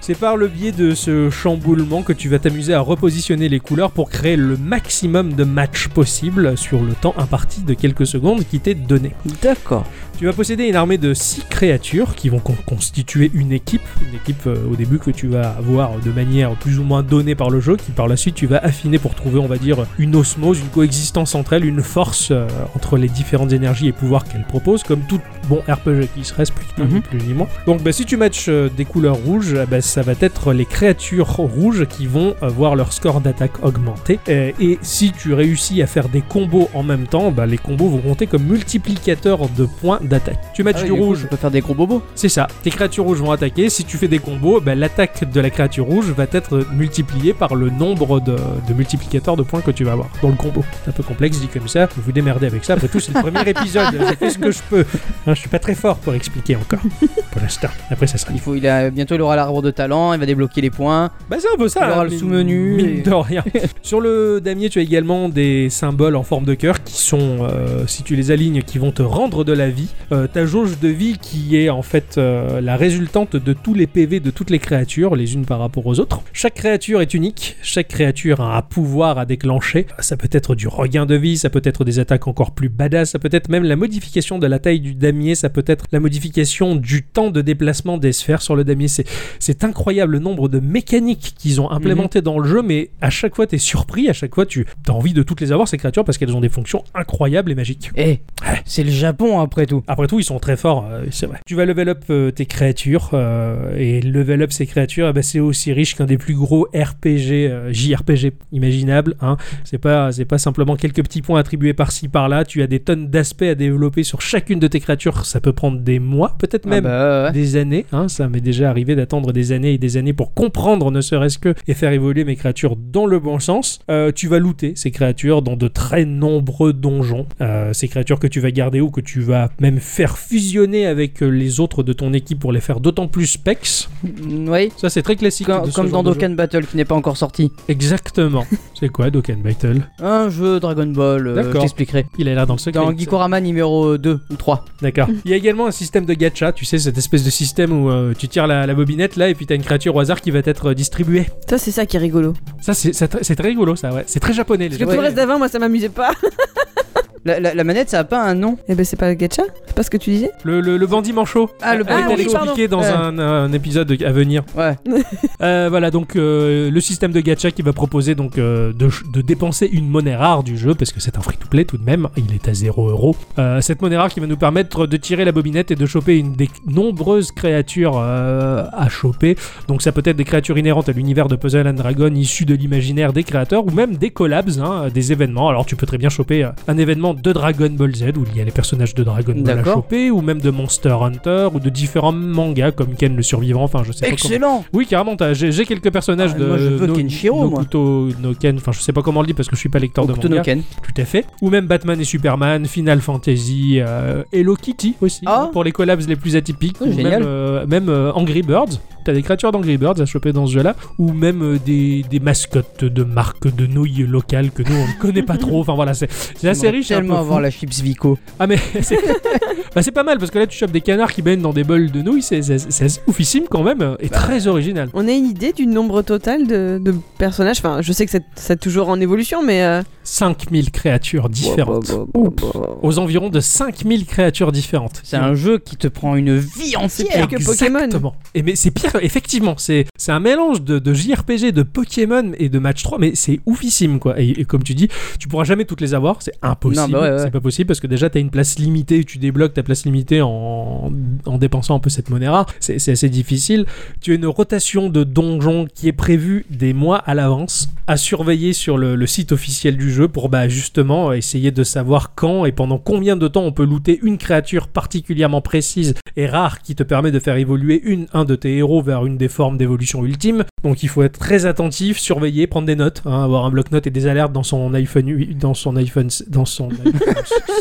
S1: C'est par le biais de ce chamboulement que tu vas t'amuser à repositionner les couleurs pour créer le maximum de matchs possible sur le temps imparti de quelques secondes qui t'est donné.
S2: D'accord.
S1: Tu vas posséder une armée de 6 créatures qui vont con- constituer une équipe, une équipe euh, au début que tu vas avoir de manière plus ou moins donnée par le jeu, qui par la suite tu vas affiner pour trouver, on va dire, une osmose, une coexistence entre elles, une force euh, entre les différentes énergies et pouvoirs qu'elles proposent, comme tout bon RPG qui se respecte,
S2: Mhm.
S1: plus ni moins. Donc bah, si tu matches euh, des couleurs rouges, ah, bah, ça va être les créatures rouges qui vont euh, voir leur score d'attaque augmenter. Euh, et si tu réussis à faire des combos en même temps, bah, les combos vont compter comme multiplicateurs de points d'attaque. Tu matches
S2: Ah oui,
S1: du
S2: du coup,
S1: rouge,
S2: je peux faire des gros bobos.
S1: c'est ça. Tes créatures rouges vont attaquer. Si tu fais des combos, bah, l'attaque de la créature rouge va être multipliée par le nombre de, de multiplicateurs de points que tu vas avoir dans le combo. C'est un peu complexe dit comme ça. Vous vous démerdez avec ça. Après tout, c'est le premier épisode. J'ai fait ce que je peux. Hein, je suis pas très fort pour expliquer encore. Pour l'instant. Après, ça sera
S2: Il faut, il a bientôt il aura l'arbre de talent, il va débloquer les points.
S1: Bah c'est un peu ça.
S2: Il y aura le
S1: mine-
S2: sous-menu
S1: mine
S2: et-
S1: de
S2: (laughs)
S1: rien. Sur le damier, tu as également des symboles en forme de cœur qui sont, euh, si tu les alignes, qui vont te rendre de la vie. Euh, ta jauge de vie qui est en fait euh, la résultante de tous les PV de toutes les créatures, les unes par rapport aux autres. Chaque créature est unique. Chaque créature a un pouvoir à déclencher. Ça peut être du regain de vie, ça peut être des attaques encore plus badass, ça peut être même la modification de la taille du damier, ça peut être la modification du temps de déplacement des sphères sur le damier. C'est c'est incroyable le nombre de mécaniques qu'ils ont implémentées dans le jeu, mais à chaque fois, t'es surpris, à chaque fois, tu as envie de toutes les avoir, ces créatures, parce qu'elles ont des fonctions incroyables et magiques.
S2: Eh, c'est le Japon après tout.
S1: Après tout, ils sont très forts, euh, c'est vrai. Tu vas level up euh, tes créatures, euh, et level up ces créatures, eh ben, c'est aussi riche qu'un des plus gros RPG, euh, JRPG imaginables. Hein. C'est pas, c'est pas simplement quelques petits points attribués par-ci, par-là. Tu as des tonnes d'aspects à développer sur chacune de tes créatures. Ça peut prendre des mois, peut-être même
S2: Ah bah, ouais.
S1: des années. hein, ça m'est déjà arrivé d'attendre des années et des années pour comprendre, ne serait-ce que, et faire évoluer mes créatures dans le bon sens. Euh, tu vas looter ces créatures dans de très nombreux donjons. Euh, ces créatures que tu vas garder ou que tu vas même faire fusionner avec euh, les autres de ton équipe pour les faire d'autant plus specs.
S2: Mm, Oui.
S1: Ça, c'est très classique.
S2: Comme,
S1: de ce
S2: comme
S1: genre
S2: dans
S1: de jeu.
S2: Dokkan Battle qui n'est pas encore sorti. (laughs)
S1: Exactement. c'est quoi Dokkan Battle
S2: Un jeu Dragon Ball, euh, je
S1: D'accord.
S2: t'expliquerai.
S1: Il est là dans le secret.
S2: Dans Gikorama numéro 2 ou 3.
S1: D'accord. Il y a également un système de gacha, tu sais, cette espèce de système où euh, tu tires la, la bobinette là et puis t'as une créature au hasard qui va t'être euh, distribuée.
S3: Ça, c'est ça qui est rigolo.
S1: Ça, c'est ça tr- c'est très rigolo, ça, ouais. C'est très japonais, les
S3: Parce que
S1: gens.
S3: tout le reste d'avant, moi, ça m'amusait pas.
S2: La, la- la manette, ça a pas un nom.
S3: Eh ben, c'est pas le gacha C'est pas ce que tu disais
S1: Le, le- le bandit manchot.
S2: Ah, le
S1: On
S3: bandit
S1: va
S3: manchot,
S1: l'expliquer dans
S2: pardon.
S1: un, un épisode à venir.
S2: Ouais.
S1: Euh, voilà, donc euh, le système de gacha qui va proposer donc euh, de, ch- de dépenser une monnaie rare du jeu, parce que c'est un free-to-play tout de même, il est à 0 euros. Euh, Cette monnaie rare qui va nous permettre de tirer la bobinette et de choper une des nombreuses créatures euh, à choper. Donc ça peut être des créatures inhérentes à l'univers de Puzzle and Dragon, issues de l'imaginaire des créateurs, ou même des collabs, hein, des événements. Alors tu peux très bien choper euh, un événement de Dragon Ball Z, où il y a les personnages de Dragon Ball à
S2: D'accord.
S1: choper, ou même de Monster Hunter, ou de différents mangas comme Ken le Survivant, enfin je sais pas comment...
S2: Excellent
S1: Oui, carrément, t'as- j'ai j'ai quelques personnages
S2: Ah,
S1: de.
S2: moi, je veux Kenshiro, moi.
S1: Nokuto, Noken, enfin, je sais pas comment on le dit parce que je suis pas lecteur de manga.
S2: Okutonoken.
S1: Tout à fait. Ou même Batman et Superman, Final Fantasy, euh, Hello Kitty aussi,
S2: Ah.
S1: pour les collabs les plus atypiques.
S2: Oh,
S1: Ou
S2: génial.
S1: Même, euh, même, euh, Angry Birds. T'as des créatures d'Angry Birds à choper dans ce jeu-là. Ou même euh, des, des mascottes de marques de nouilles locales que nous, on ne connaît pas trop. Enfin, voilà, c'est c'est assez
S2: J'aimerais
S1: riche. et un peu
S2: tellement
S1: fou.
S2: avoir la chips Vico.
S1: Ah mais (laughs) c'est bah, c'est pas mal parce que là tu chopes des canards qui baignent dans des bols de nouilles, c'est c'est- c'est assez oufissime quand même
S2: Bah.
S1: et très original.
S3: On a une idée du nombre total de, de personnages. Enfin, je sais que c'est- c'est toujours en évolution, mais. euh,
S1: 5000 créatures différentes.
S3: bah,
S1: Aux environs de 5000 créatures différentes.
S2: C'est un jeu qui te prend une vie
S3: C'est
S2: entière.
S3: pire que Pokémon.
S1: Exactement. Et mais c'est pire, effectivement, c'est c'est un mélange de, de JRPG, de Pokémon et de Match 3, mais c'est oufissime quoi. Et, et comme tu dis, tu pourras jamais toutes les avoir, c'est impossible.
S2: Non, bah ouais, ouais.
S1: C'est pas possible parce que déjà t'as une place limitée, tu débloques ta place limitée en, en dépensant un peu cette monnaie rare. C'est c'est assez difficile. Tu as une rotation de donjons qui est prévue des mois à l'avance, à surveiller sur le, le site officiel du jeu pour bah, justement essayer de savoir quand et pendant combien de temps on peut looter une créature particulièrement précise et rare qui te permet de faire évoluer une, un de tes héros vers une des formes d'évolution ultime. Donc il faut être très attentif, surveiller, prendre des notes, hein, avoir un bloc-notes et des alertes dans son iPhone, huit- dans son iPhone, dans son iPhone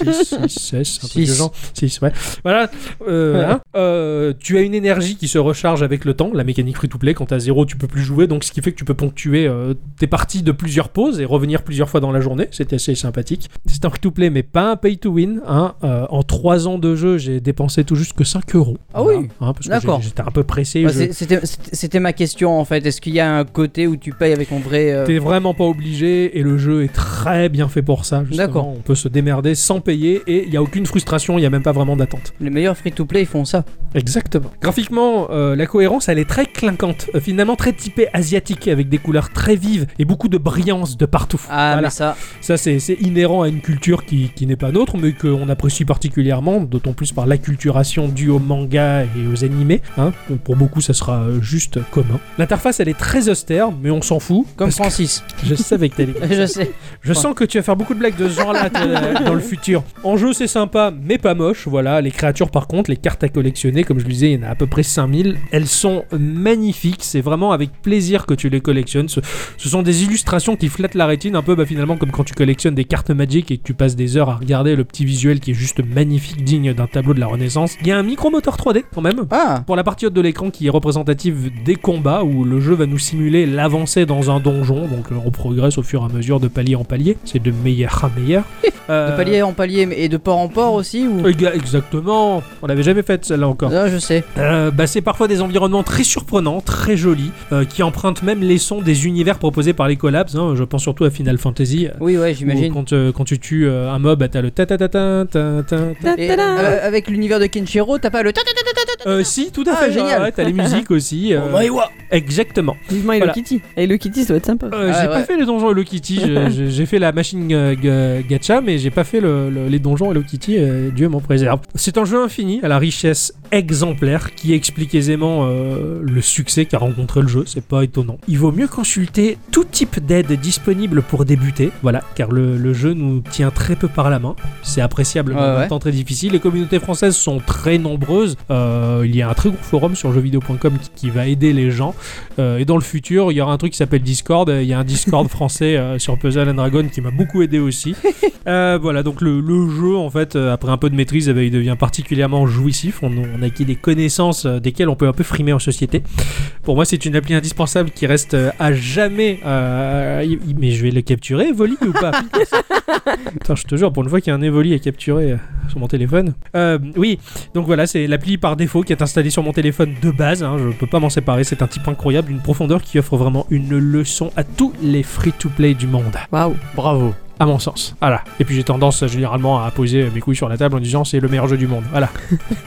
S1: 6, 6, un truc de
S2: Six.
S1: genre. 6, ouais. Voilà, euh, hein. Euh, tu as une énergie qui se recharge avec le temps. La mécanique free-to-play, quand t'as zéro, tu peux plus jouer, donc ce qui fait que tu peux ponctuer euh, tes parties de plusieurs pauses et revenir plusieurs fois dans la journée. C'est assez sympathique. C'est un free-to-play, mais pas un pay-to-win. hein. Euh, en 3 ans de jeu, j'ai dépensé tout juste que 5 euros.
S2: Ah
S1: Voilà,
S2: oui.
S1: hein, Parce que
S2: D'accord.
S1: j'ai- j'étais un peu pressé.
S2: Bah,
S1: je-
S2: c'est- C'était c'était- c'était ma question en fait. Est-ce qu'il y a un côté où tu payes avec ton vrai. euh,
S1: T'es vraiment pas obligé et le jeu est très bien fait pour ça. justement.
S2: D'accord.
S1: On peut se démerder sans payer et il n'y a aucune frustration, il n'y a même pas vraiment d'attente.
S2: Les meilleurs free-to-play ils font ça.
S1: Exactement. Graphiquement, euh, la cohérence, elle est très clinquante, euh, finalement très typée asiatique, avec des couleurs très vives et beaucoup de brillance de partout.
S2: Ah,
S1: Voilà.
S2: mais ça.
S1: Ça, c'est c'est inhérent à une culture qui, qui n'est pas nôtre, mais qu'on apprécie particulièrement, d'autant plus par l'acculturation due au manga et aux animés. hein. Donc, pour beaucoup, ça sera euh, juste commun. L'interface, elle est très austère, mais on s'en fout.
S2: Comme
S1: parce que
S2: Francis.
S1: (laughs) je savais que t'allais
S2: (laughs) Je sais.
S1: je sens que tu vas faire beaucoup de blagues de ce genre-là euh, dans le futur. En jeu, c'est sympa, mais pas moche. Voilà, les créatures, par contre, les cartes à collectionner, comme je le disais, il y en a à peu près 5000. Elles sont magnifiques. C'est vraiment avec plaisir que tu les collectionnes. Ce, ce sont des illustrations qui flattent la rétine, un peu bah, finalement comme quand tu collectionnes des cartes magiques et que tu passes des heures à regarder le petit visuel qui est juste magnifique, digne d'un tableau de la Renaissance. Il y a un micro-moteur 3D quand même.
S2: Ah
S1: Pour la partie haute de l'écran qui est représentative des combats, où le jeu va nous simuler l'avancée dans un donjon, donc euh, on progresse au fur et à mesure de palier en palier, c'est de meilleur à meilleur.
S2: (laughs) De
S1: Euh,
S2: palier en palier mais- et de port en port aussi ou...
S1: exa- Exactement, on l'avait jamais faite celle-là encore.
S2: Ah, je sais.
S1: Euh, bah, c'est parfois des environnements très surprenants, très jolis, euh, qui empruntent même les sons des univers proposés par les collabs. hein. Je pense surtout à Final Fantasy. euh,
S2: Oui, ouais,
S1: où
S2: j'imagine.
S1: Quand, euh, quand tu tues euh, un mob, bah, t'as le ta ta ta ta ta ta
S2: Et,
S3: ta-ta-da.
S2: euh, avec l'univers de Kenshiro, t'as pas le.
S1: Euh, si, tout à
S2: Ah,
S1: fait.
S2: génial. (laughs)
S1: ouais, t'as les musiques aussi. euh,
S2: Oh, my wa-
S1: Exact, Exactement.
S3: Vivement Hello
S1: Voilà.
S3: Kitty. Hello Kitty, ça doit être sympa.
S1: Euh,
S2: Ah,
S1: j'ai
S2: ouais.
S1: pas fait les donjons Hello Kitty.
S2: (laughs)
S1: je- je- j'ai fait la machine euh, ga- gacha, mais j'ai pas fait le- le- les donjons Hello Kitty. euh, Dieu m'en préserve. C'est un jeu infini à la richesse exemplaire qui explique aisément euh, le succès qu'a rencontré le jeu. C'est pas étonnant. Il vaut mieux consulter tout type d'aide disponible pour débuter. Voilà, car le, le jeu nous tient très peu par la main. C'est appréciable, mais
S2: Ouais,
S1: en même
S2: ouais.
S1: temps très difficile. Les communautés françaises sont très nombreuses. Euh, il y a un très gros forum sur jeuxvideo.com qui- qui va aider les gens. Euh, et dans le futur, il y aura un truc qui s'appelle Discord. Euh, Il y a un Discord (laughs) français euh, sur Puzzle and Dragon qui m'a beaucoup aidé
S2: (laughs)
S1: aussi. Euh, voilà, donc le, le jeu, en fait, euh, après un peu de maîtrise, eh ben, il devient particulièrement jouissif. On, on acquit des connaissances euh, desquelles on peut un peu frimer en société. Pour moi, c'est une appli indispensable qui reste euh, à jamais. euh, y- y- mais je vais le capturer, Evoli ou pas Putain, je te jure, pour une fois qu'il y a un Evoli à capturer euh, sur mon téléphone. Euh, oui, donc voilà, c'est l'appli par défaut qui est installée sur mon téléphone de base. hein, je peux pas m'en séparer. C'est un type incroyable, d'une profondeur qui offre vraiment une leçon à tous les free-to-play du monde.
S3: Waouh.
S1: Bravo. À mon sens. Voilà. Et puis j'ai tendance euh, généralement à poser mes couilles sur la table en disant c'est le meilleur jeu du monde.
S3: (laughs)
S1: Voilà.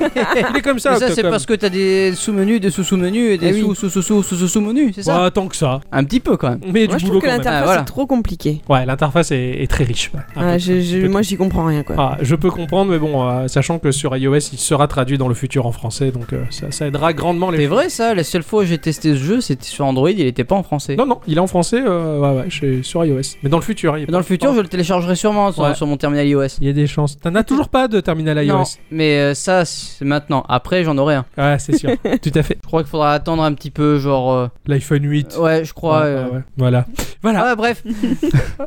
S1: Il est comme ça.
S2: Mais ça, c'est
S1: Octocom.
S2: parce que t'as des sous-menus, des sous-sous-menus et des
S3: Eh oui.
S2: sous-sous-sous-sous-sous-menus, c'est ça
S1: Pas tant que ça.
S2: Un petit peu quand même.
S1: Mais
S3: Moi,
S1: du
S3: je
S1: boulot
S3: trouve que
S1: quand même.
S3: l'interface
S2: Ah, voilà.
S3: est trop compliquée.
S1: Ouais, l'interface est, est très riche. ouais. Un
S3: Ah,
S1: peu
S3: je- je-
S1: tout.
S3: moi, j'y comprends rien, quoi.
S1: Ah, je peux comprendre, mais bon, euh, sachant que sur iOS, il sera traduit dans le futur en français, donc euh, ça, ça aidera grandement les
S2: C'est vrai ça, la seule fois où j'ai testé ce jeu, c'était sur Android, il était pas en français.
S1: Non, non, il est en français, euh, ouais, ouais, chez- sur iOS. Mais dans le futur, il est
S2: Mais Dans le
S1: pas-
S2: futur, je le téléchargerai sûrement sur,
S1: Ouais.
S2: sur mon terminal iOS.
S1: Il y a des chances. T'en as toujours pas de terminal iOS.
S2: Non, mais euh, ça, c'est maintenant. Après, j'en aurai un.
S1: Ouais, c'est
S2: (laughs)
S1: sûr. Tout à fait.
S2: Je crois qu'il faudra attendre un petit peu, genre. euh,
S1: L'iPhone 8.
S2: Ouais, je crois.
S1: Ouais,
S2: euh,
S1: ouais, ouais. Voilà.
S2: Ah
S1: Voilà.
S2: ouais, bref.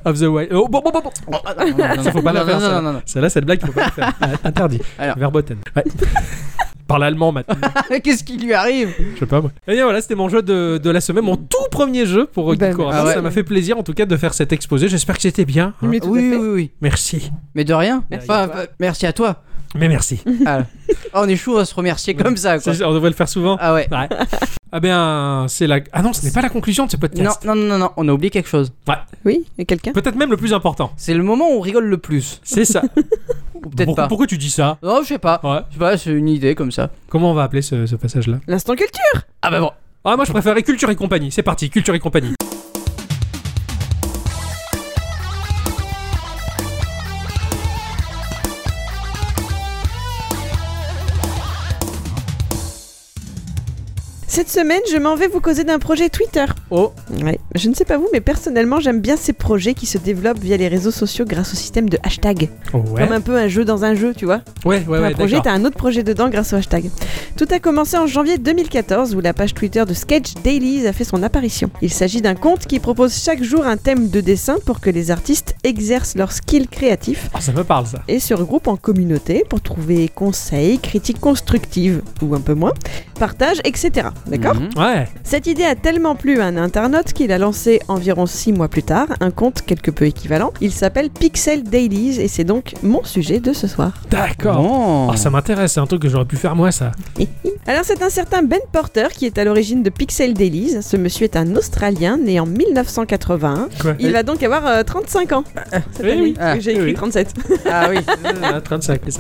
S1: Of the Wild. Oh, bon, bon, bon, bon.
S2: Ça
S1: faut pas la faire,
S2: Non,
S1: ça.
S2: non, non, non.
S1: Celle-là, cette blague, il faut pas la
S2: (laughs)
S1: faire. Ah, Interdit.
S2: Alors.
S1: Verboten. Ouais. (laughs) Parle allemand maintenant.
S2: Qu'est-ce qui lui arrive
S1: Je sais pas moi. Et bien voilà, c'était mon jeu de, de la semaine, mon tout premier jeu pour
S3: Ben,
S1: Geekorama.
S2: merci.
S1: Ça m'a fait plaisir en tout cas de faire cet exposé. J'espère que c'était bien. hein.
S3: Mais tout à
S2: ah Oui,
S3: fait.
S2: oui, oui.
S1: Merci.
S2: Mais de rien.
S1: Merci
S2: Enfin,
S1: à toi.
S2: euh, merci à toi.
S1: Mais merci.
S2: Ah, on est chaud à se remercier comme ça, quoi.
S1: C'est- On devrait le faire souvent.
S2: Ah ouais.
S1: Ouais. Ah ben, c'est la. Ah non, ce n'est pas la conclusion de ce
S2: Non,
S1: podcast.
S2: non, non, non, non, on a oublié quelque chose.
S3: Oui, et quelqu'un
S1: Peut-être même le plus important.
S2: C'est le moment où on rigole le plus.
S1: C'est (laughs) ça.
S2: Ou peut-être
S1: pourquoi,
S2: pas.
S1: pourquoi tu dis ça
S2: Non, je sais pas.
S1: Ouais.
S2: Je sais pas, c'est une idée comme ça.
S1: Comment on va appeler ce, ce passage-là
S3: L'instant culture
S2: Ah bah bon.
S1: Ah, moi je préférais Culture et compagnie. C'est parti, Culture et compagnie.
S3: Cette semaine, je m'en vais vous causer d'un projet Twitter.
S2: Oh,
S3: Ouais. Je ne sais pas vous, mais personnellement, j'aime bien ces projets qui se développent via les réseaux sociaux grâce au système de hashtag.
S1: Ouais.
S3: Comme un peu un jeu dans un jeu, tu vois.
S1: Ouais, ouais,
S3: T'as
S1: ouais.
S3: un projet,
S1: d'accord.
S3: t'as un autre projet dedans grâce au hashtag. Tout a commencé en janvier 2014 où la page Twitter de Sketch Dailies a fait son apparition. Il s'agit d'un compte qui propose chaque jour un thème de dessin pour que les artistes exercent leur skill créatif
S1: Ah, ça me parle ça.
S3: et se regroupent en communauté pour trouver conseils, critiques constructives ou un peu moins, partage, etc. D'accord
S2: Mhm.
S1: Ouais.
S3: cette idée a tellement plu à un internaute qu'il a lancé environ 6 mois plus tard un compte quelque peu équivalent. Il s'appelle Pixel Dailies et c'est donc mon sujet de ce soir. (laughs)
S1: D'accord.
S2: Bon.
S1: Ah, ça m'intéresse. C'est un truc que j'aurais pu faire moi, ça.
S3: Alors c'est un certain Ben Porter qui est à l'origine de Pixel Dailies. Ce monsieur est un Australien né en 1981.
S1: Quoi
S3: Il va donc avoir euh, 35 ans. Cette
S1: Eh oui.
S3: année, parce que j'ai
S1: Ah, eh oui.
S3: écrit 37.
S2: Ah oui.
S1: Ah, 35. c'est ça.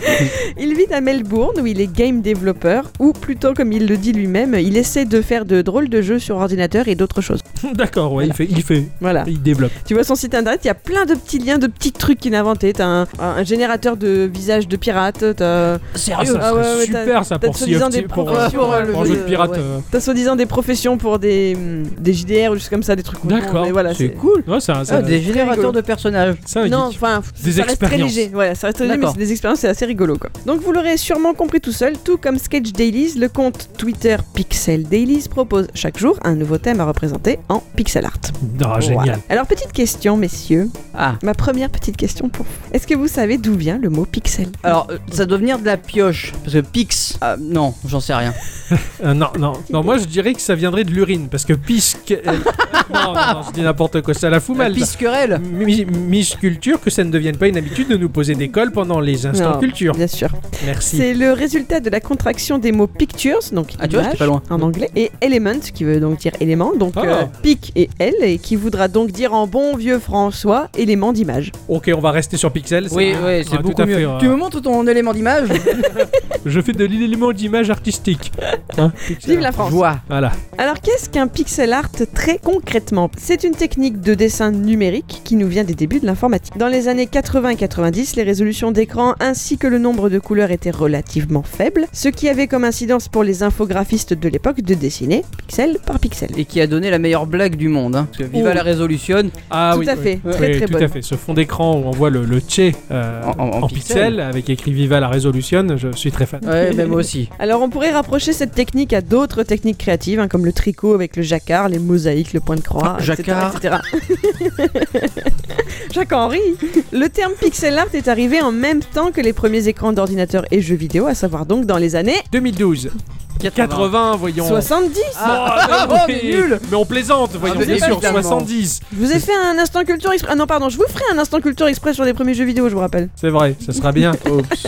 S3: Il vit à Melbourne où il est game développeur, ou plutôt comme il le dit lui-même, il essaie de faire de drôles de jeux sur ordinateur et d'autres choses.
S1: (laughs) D'accord, ouais, il fait, il fait,
S3: Voilà.
S1: il développe.
S3: Tu vois son site internet, il y a plein de petits liens, de petits trucs qu'il a inventés. T'as un, un générateur de visage de pirate, t'as
S1: Ah,
S2: Sérieux.
S1: ça
S3: Ah, ouais,
S1: serait
S3: ouais, t'as-
S1: super ça
S3: t'as
S1: pour
S3: soi-disant
S1: CFT,
S3: des
S1: pour, euh,
S3: professions,
S1: pour
S3: euh,
S1: un
S3: le
S1: jeu de
S3: jeu,
S1: pirate.
S3: ouais.
S1: euh.
S3: t'as soi-disant des professions pour des, hum, des JDR ou juste comme ça, des trucs.
S1: D'accord,
S3: mais voilà,
S1: c'est
S3: c'est cool.
S1: Ouais, ça, ça,
S2: Ah, des générateurs
S3: rigolo.
S2: de personnages.
S1: ça, Ah, il
S3: Non,
S1: dit-
S3: enfin,
S1: Des
S3: ça reste très
S1: expériences.
S3: léger. Voilà, ça reste très léger, mais
S2: D'accord.
S3: c'est des expériences, c'est assez rigolo quoi. Donc vous l'aurez sûrement compris tout seul, tout comme Sketch Dailies, le compte Twitter Pixel Dailies propose chaque jour un nouveau thème à représenter en pixel art.
S1: Ah, génial.
S3: Voilà. Alors petite question, messieurs,
S2: Ah.
S3: ma première petite question pour vous. Est-ce que vous savez d'où vient le mot pixel
S2: Alors, euh, ça doit venir de la pioche. Parce que Pix. Ah, non, j'en sais rien.
S1: Euh, non, non, non, moi je dirais que ça viendrait de l'urine parce que pisque. euh, non, non, non, je dis n'importe quoi, ça la fout mal. ça.
S2: Pisquerelle.
S1: Mi- Miss Culture, que ça ne devienne pas une habitude de nous poser des cols pendant les instants
S3: Non.
S1: culture.
S3: Bien sûr.
S1: Merci.
S3: C'est le résultat de la contraction des mots pictures, donc
S2: Ah, tu vois, j'étais
S3: image,
S2: pas loin.
S3: en anglais, et element, qui veut donc dire élément, donc
S1: Ah.
S3: euh, pic et L, et qui voudra donc dire en bon vieux François élément d'image.
S1: Ok, on va rester sur Pixel. ça-
S2: Oui, oui,
S1: Ouais,
S2: c'est
S1: tout
S2: beaucoup
S1: à fait,
S2: mieux.
S1: ouais.
S2: Tu me montres ton élément d'image
S1: Je fais de l'élément d'image artistique. Hein
S3: Vive la France
S5: Joie.
S1: Voilà.
S3: Alors qu'est-ce qu'un pixel art très concrètement C'est une technique de dessin numérique qui nous vient des débuts de l'informatique. Dans les années 80 et 90, les résolutions d'écran ainsi que le nombre de couleurs étaient relativement faibles, ce qui avait comme incidence pour les infographistes de l'époque de dessiner pixel par pixel.
S2: Et qui a donné la meilleure blague du monde. Hein. Parce que Viva
S3: Ouh.
S2: la résolution,
S1: Ah
S3: Tout
S1: oui,
S3: à
S1: oui.
S3: fait,
S1: Oui,
S3: très, très
S1: tout à
S3: bonne.
S1: fait. Ce fond d'écran où on voit le, le Che euh,
S2: En-
S1: en,
S2: en- en
S1: pixel,
S2: pixel.
S1: avec écrit Viva la résolution, je suis très fan.
S2: ouais, ben moi aussi.
S3: Alors on pourrait rapprocher cette technique à d'autres techniques créatives, hein, comme le tricot avec le jacquard, les mosaïques, le point de croix,
S5: Ah,
S3: etc.,
S5: jacquard.
S3: etc. (laughs) Jacques Henri Le terme pixel art est arrivé en même temps que les premiers écrans d'ordinateur et jeux vidéo, à savoir donc dans les années
S1: 2012,
S2: Ah,
S1: 80, voyons.
S3: 70
S1: Ah,
S2: oh,
S1: oui.
S2: mais nul
S1: Mais on plaisante, voyons,
S5: mais
S1: bien sûr,
S5: évidemment.
S1: 70.
S3: Je vous ai fait un instant culture express... Ah non, pardon, je vous ferai un instant culture express sur les premiers jeux vidéo, je vous rappelle.
S1: C'est vrai, ça sera
S2: (laughs)
S1: bien. Oups.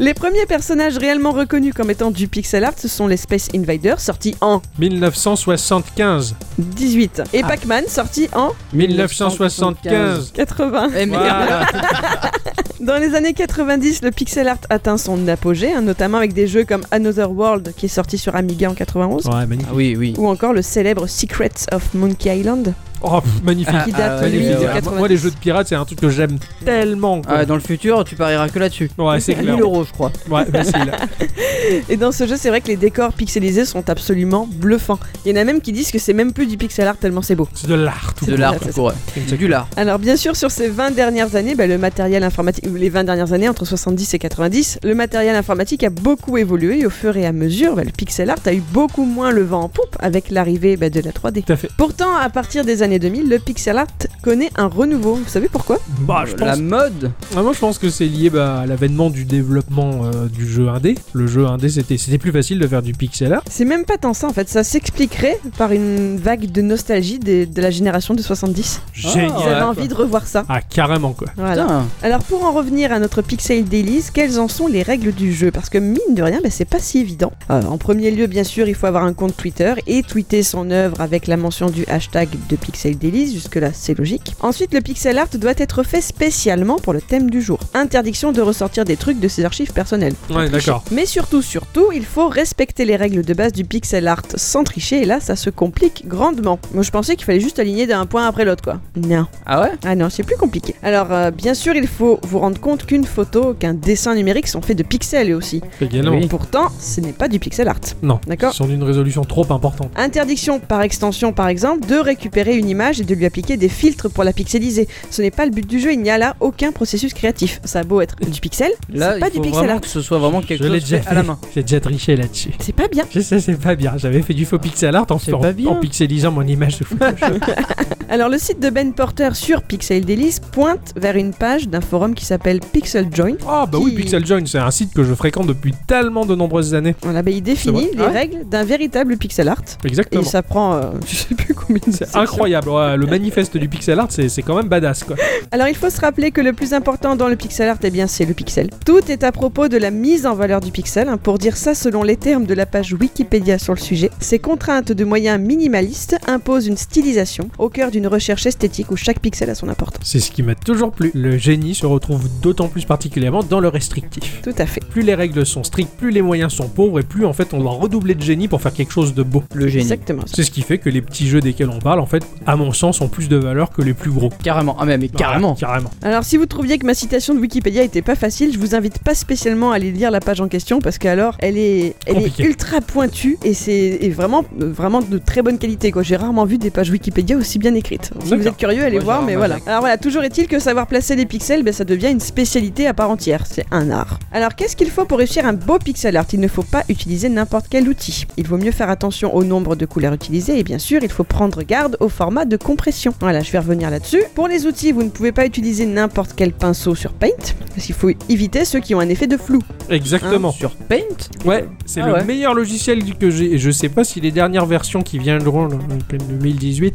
S3: Les premiers personnages réellement reconnus comme étant du pixel art, ce sont les Space Invaders, sortis en
S1: 1975.
S3: 18, et
S2: Ah.
S3: Pac-Man, sorti en
S1: 1975.
S3: 80.
S2: Eh merde.
S1: Voilà.
S3: Dans les années 90, le pixel art atteint son apogée, hein, notamment avec des jeux comme Another World qui est sorti sur Amiga en 91,
S1: Ouais, magnifique.
S2: Ah oui, oui.
S3: ou encore le célèbre Secrets of Monkey Island
S1: Oh, pff, magnifique.
S2: Ah,
S3: qui date
S2: ouais,
S3: lui
S1: magnifique.
S2: ouais,
S3: de
S2: ouais.
S3: 90.
S1: Moi, les jeux de pirates, c'est un truc que j'aime tellement. quoi.
S2: Ah, dans le futur, tu parieras que là-dessus.
S1: Ouais, c'est
S2: 1000
S1: clair.
S2: euros, je crois.
S1: Ouais, facile.
S3: Et dans ce jeu, c'est vrai que les décors pixelisés sont absolument bluffants. Il y en a même qui disent que c'est même plus du pixel art tellement c'est beau.
S1: C'est de l'art. tout
S2: C'est de
S3: de
S2: l'art,
S3: l'art,
S2: tout court. C'est du lard.
S3: Alors bien sûr, sur ces 20 dernières années, bah, le matériel informatique, ou les 20 dernières années entre 70 et 90, le matériel informatique a beaucoup évolué et au fur et à mesure, bah, le pixel art a eu beaucoup moins le vent en poupe avec l'arrivée bah, de la 3D.
S1: Tout à fait.
S3: Pourtant, à partir des années 2000, le pixel art connaît un renouveau. Vous savez pourquoi
S1: Bah, je pense
S2: La mode
S1: Ah, moi je pense que c'est lié bah, à l'avènement du développement euh, du jeu indé. Le jeu indé c'était c'était plus facile de faire du pixel art.
S3: C'est même pas tant ça en fait, ça s'expliquerait par une vague de nostalgie des- de la génération de
S2: Ah,
S3: 70.
S1: Génial.
S3: Ils avaient envie de revoir ça.
S1: Ah carrément quoi.
S3: Voilà.
S2: Putain.
S3: Alors pour en revenir à notre Pixel Dailies, quelles en sont les règles du jeu Parce que mine de rien, bah, c'est pas si évident. Euh, en premier lieu, bien sûr, il faut avoir un compte Twitter et tweeter son œuvre avec la mention du hashtag de Pixel Dailies, jusque-là c'est logique. Ensuite, le pixel art doit être fait spécialement pour le thème du jour. Interdiction de ressortir des trucs de ses archives personnelles.
S1: Ouais d'accord.
S3: Mais surtout, surtout, il faut respecter les règles de base du pixel art sans tricher, et là ça se complique grandement. Moi je pensais qu'il fallait juste aligner d'un point après l'autre quoi. Non.
S2: Ah ouais
S3: Ah non, c'est plus compliqué. Alors, euh, bien sûr, il faut vous rendre compte qu'une photo, qu'un dessin numérique sont faits de pixels eux aussi.
S1: Également.
S3: Pourtant, ce n'est pas du pixel art.
S1: Non.
S3: D'accord.
S1: Ils sont d'une résolution trop importante.
S3: Interdiction, par extension par exemple, de récupérer une image et de lui appliquer des filtres pour la pixeliser. Ce n'est pas le but du jeu, il n'y a là aucun processus créatif. Ça a beau être du pixel,
S2: Là,
S3: c'est
S2: il
S3: pas du
S2: faut
S3: pixel
S2: vraiment
S3: art.
S2: que ce soit vraiment quelque
S1: Je l'ai
S2: chose
S1: déjà
S2: fait à la
S1: fait.
S2: main.
S1: J'ai déjà triché là-dessus.
S3: C'est pas bien.
S1: Je sais c'est pas bien. J'avais fait du faux pixel art en,
S2: C'est
S1: en-
S2: pas bien.
S1: en pixelisant mon image de
S2: (laughs)
S1: Photoshop.
S3: Alors le site de Ben Porter sur Pixel Delice pointe vers une page d'un forum qui s'appelle Pixel Joint.
S1: Ah bah oui
S3: Qui-
S1: Pixel Join c'est un site que je fréquente depuis tellement de nombreuses années.
S3: Voilà, bah, il définit
S1: vrai
S3: les
S1: Ah ouais
S3: règles d'un véritable pixel art. Et
S1: Exactement.
S3: ça prend, euh, (laughs) je sais plus combien de
S1: C'est
S3: sections.
S1: incroyable. Ouais, le manifeste du pixel art c'est c'est quand même badass quoi.
S3: Alors il faut se rappeler que le plus important dans le pixel art, eh bien c'est le pixel. Tout est à propos de la mise en valeur du pixel. hein. Pour dire ça, selon les termes de la page Wikipédia sur le sujet, ces contraintes de moyens minimalistes imposent une stylisation au cœur d'une recherche esthétique où chaque pixel a son importance.
S1: C'est ce qui m'a toujours plu. Le génie se retrouve d'autant plus particulièrement dans le restrictif.
S3: Tout à fait.
S1: Plus les règles sont strictes, plus les moyens sont pauvres et plus en fait on doit redoubler de génie pour faire quelque chose de beau.
S2: Le génie.
S3: Exactement.
S1: C'est ce qui fait que les petits jeux desquels on parle en fait, à mon sens, ont plus de valeur que les plus gros.
S2: Carrément. Ah mais, mais carrément.
S1: Ah, carrément.
S3: Alors si vous trouviez que ma citation de Wikipédia était pas facile, je vous invite pas spécialement à aller lire la page en question parce qu'alors elle est, elle est
S1: Compliqué.
S3: ultra pointue et c'est et vraiment euh, vraiment de très bonne qualité quoi. J'ai rarement vu des pages Wikipédia aussi bien écrites. Si
S1: D'accord.
S3: vous êtes curieux,
S2: Moi,
S3: allez
S2: j'ai
S3: voir mais
S2: rarement
S3: voilà.
S2: vu.
S3: Alors voilà, toujours est-il que savoir placer les pixels, ben, ça devient une spécialité à part entière, c'est un art. Alors qu'est-ce qu'il faut pour réussir un beau pixel art Il ne faut pas utiliser n'importe quel outil. Il vaut mieux faire attention au nombre de couleurs utilisées et bien sûr, il faut prendre garde au format de compression. Voilà, je vais revenir là-dessus. Pour les outils, vous ne pouvez pas utiliser n'importe quel pinceau sur Paint parce qu'il faut éviter ceux qui ont un effet de flou.
S1: Exactement.
S2: Hein, Sur Paint
S1: ouais, c'est
S2: Ah
S1: le
S2: ouais.
S1: meilleur logiciel que j'ai. Et je sais pas si les dernières versions qui viendront en 2018,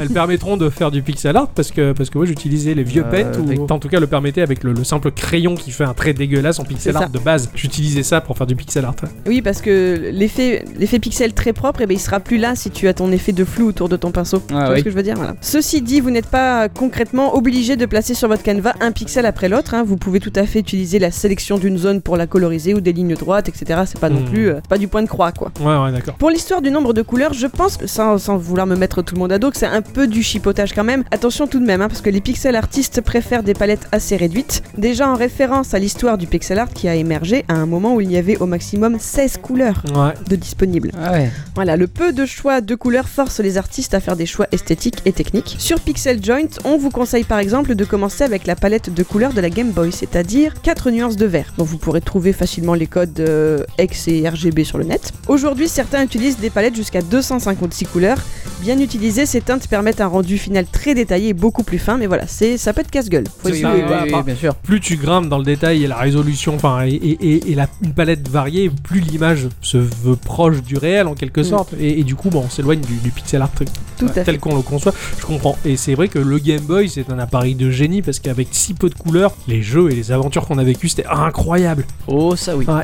S1: elles permettront de faire du pixel art parce que parce que moi j'utilisais les vieux
S2: Euh,
S1: pets ou
S2: avec-
S1: en tout cas le permettait avec le, le simple crayon qui fait un trait dégueulasse en pixel
S3: C'est ça.
S1: art de base. J'utilisais ça pour faire du pixel art.
S3: Oui, parce que l'effet l'effet pixel très propre, eh ben, il sera plus là si tu as ton effet de flou autour de ton pinceau.
S2: Ah
S3: Tu vois, voyez
S2: oui.
S3: ce que je veux dire voilà. Ceci dit, vous n'êtes pas concrètement obligé de placer sur votre canevas un pixel après l'autre. hein. Vous pouvez tout à fait utiliser la sélection d'une zone pour la coloriser ou des lignes droites, etc. C'est pas non
S1: Hmm.
S3: plus euh, c'est pas du point de croix quoi.
S1: Ouais, ouais, d'accord.
S3: Pour l'histoire du nombre de couleurs, je pense, sans, sans vouloir me mettre tout le monde à dos, que c'est un peu du chipotage quand même. Attention tout de même, hein, parce que les pixel artistes préfèrent des palettes assez réduites. Déjà en référence à l'histoire du pixel art qui a émergé à un moment où il y avait au maximum 16 couleurs
S1: Ouais.
S3: de disponibles.
S2: Ah ouais.
S3: Voilà, le peu de choix de couleurs force les artistes à faire des choix esthétiques et techniques. Sur Pixel Joint, on vous conseille par exemple de commencer avec la palette de couleurs de la Game Boy, c'est-à-dire 4 nuances de vert, dont vous pourrez trouver facilement les codes euh, X et RGB sur le net. Aujourd'hui, certains utilisent des palettes jusqu'à 256 couleurs. Bien utilisées, ces teintes permettent un rendu final très détaillé et beaucoup plus fin, mais voilà, c'est ça peut être casse-gueule. Faut
S2: Oui,
S1: C'est
S2: oui,
S1: ça,
S2: oui,
S1: ouais,
S2: oui,
S1: à
S2: oui,
S1: part-
S2: bien sûr.
S1: Plus tu grimpes dans le détail et la résolution, enfin, et, et- et- et la, une palette variée, plus l'image se veut proche du réel en quelque
S3: Mm.
S1: sorte. Et, et du coup, bon, on s'éloigne du, du pixel art
S3: Tout à fait.
S1: tel qu'on le conçoit. Je comprends. Et c'est vrai que le Game Boy, c'est un appareil de génie parce qu'avec si peu de couleurs, les jeux et les aventures qu'on a vécues, c'était incroyable.
S2: Oh, ça oui.
S1: Ah.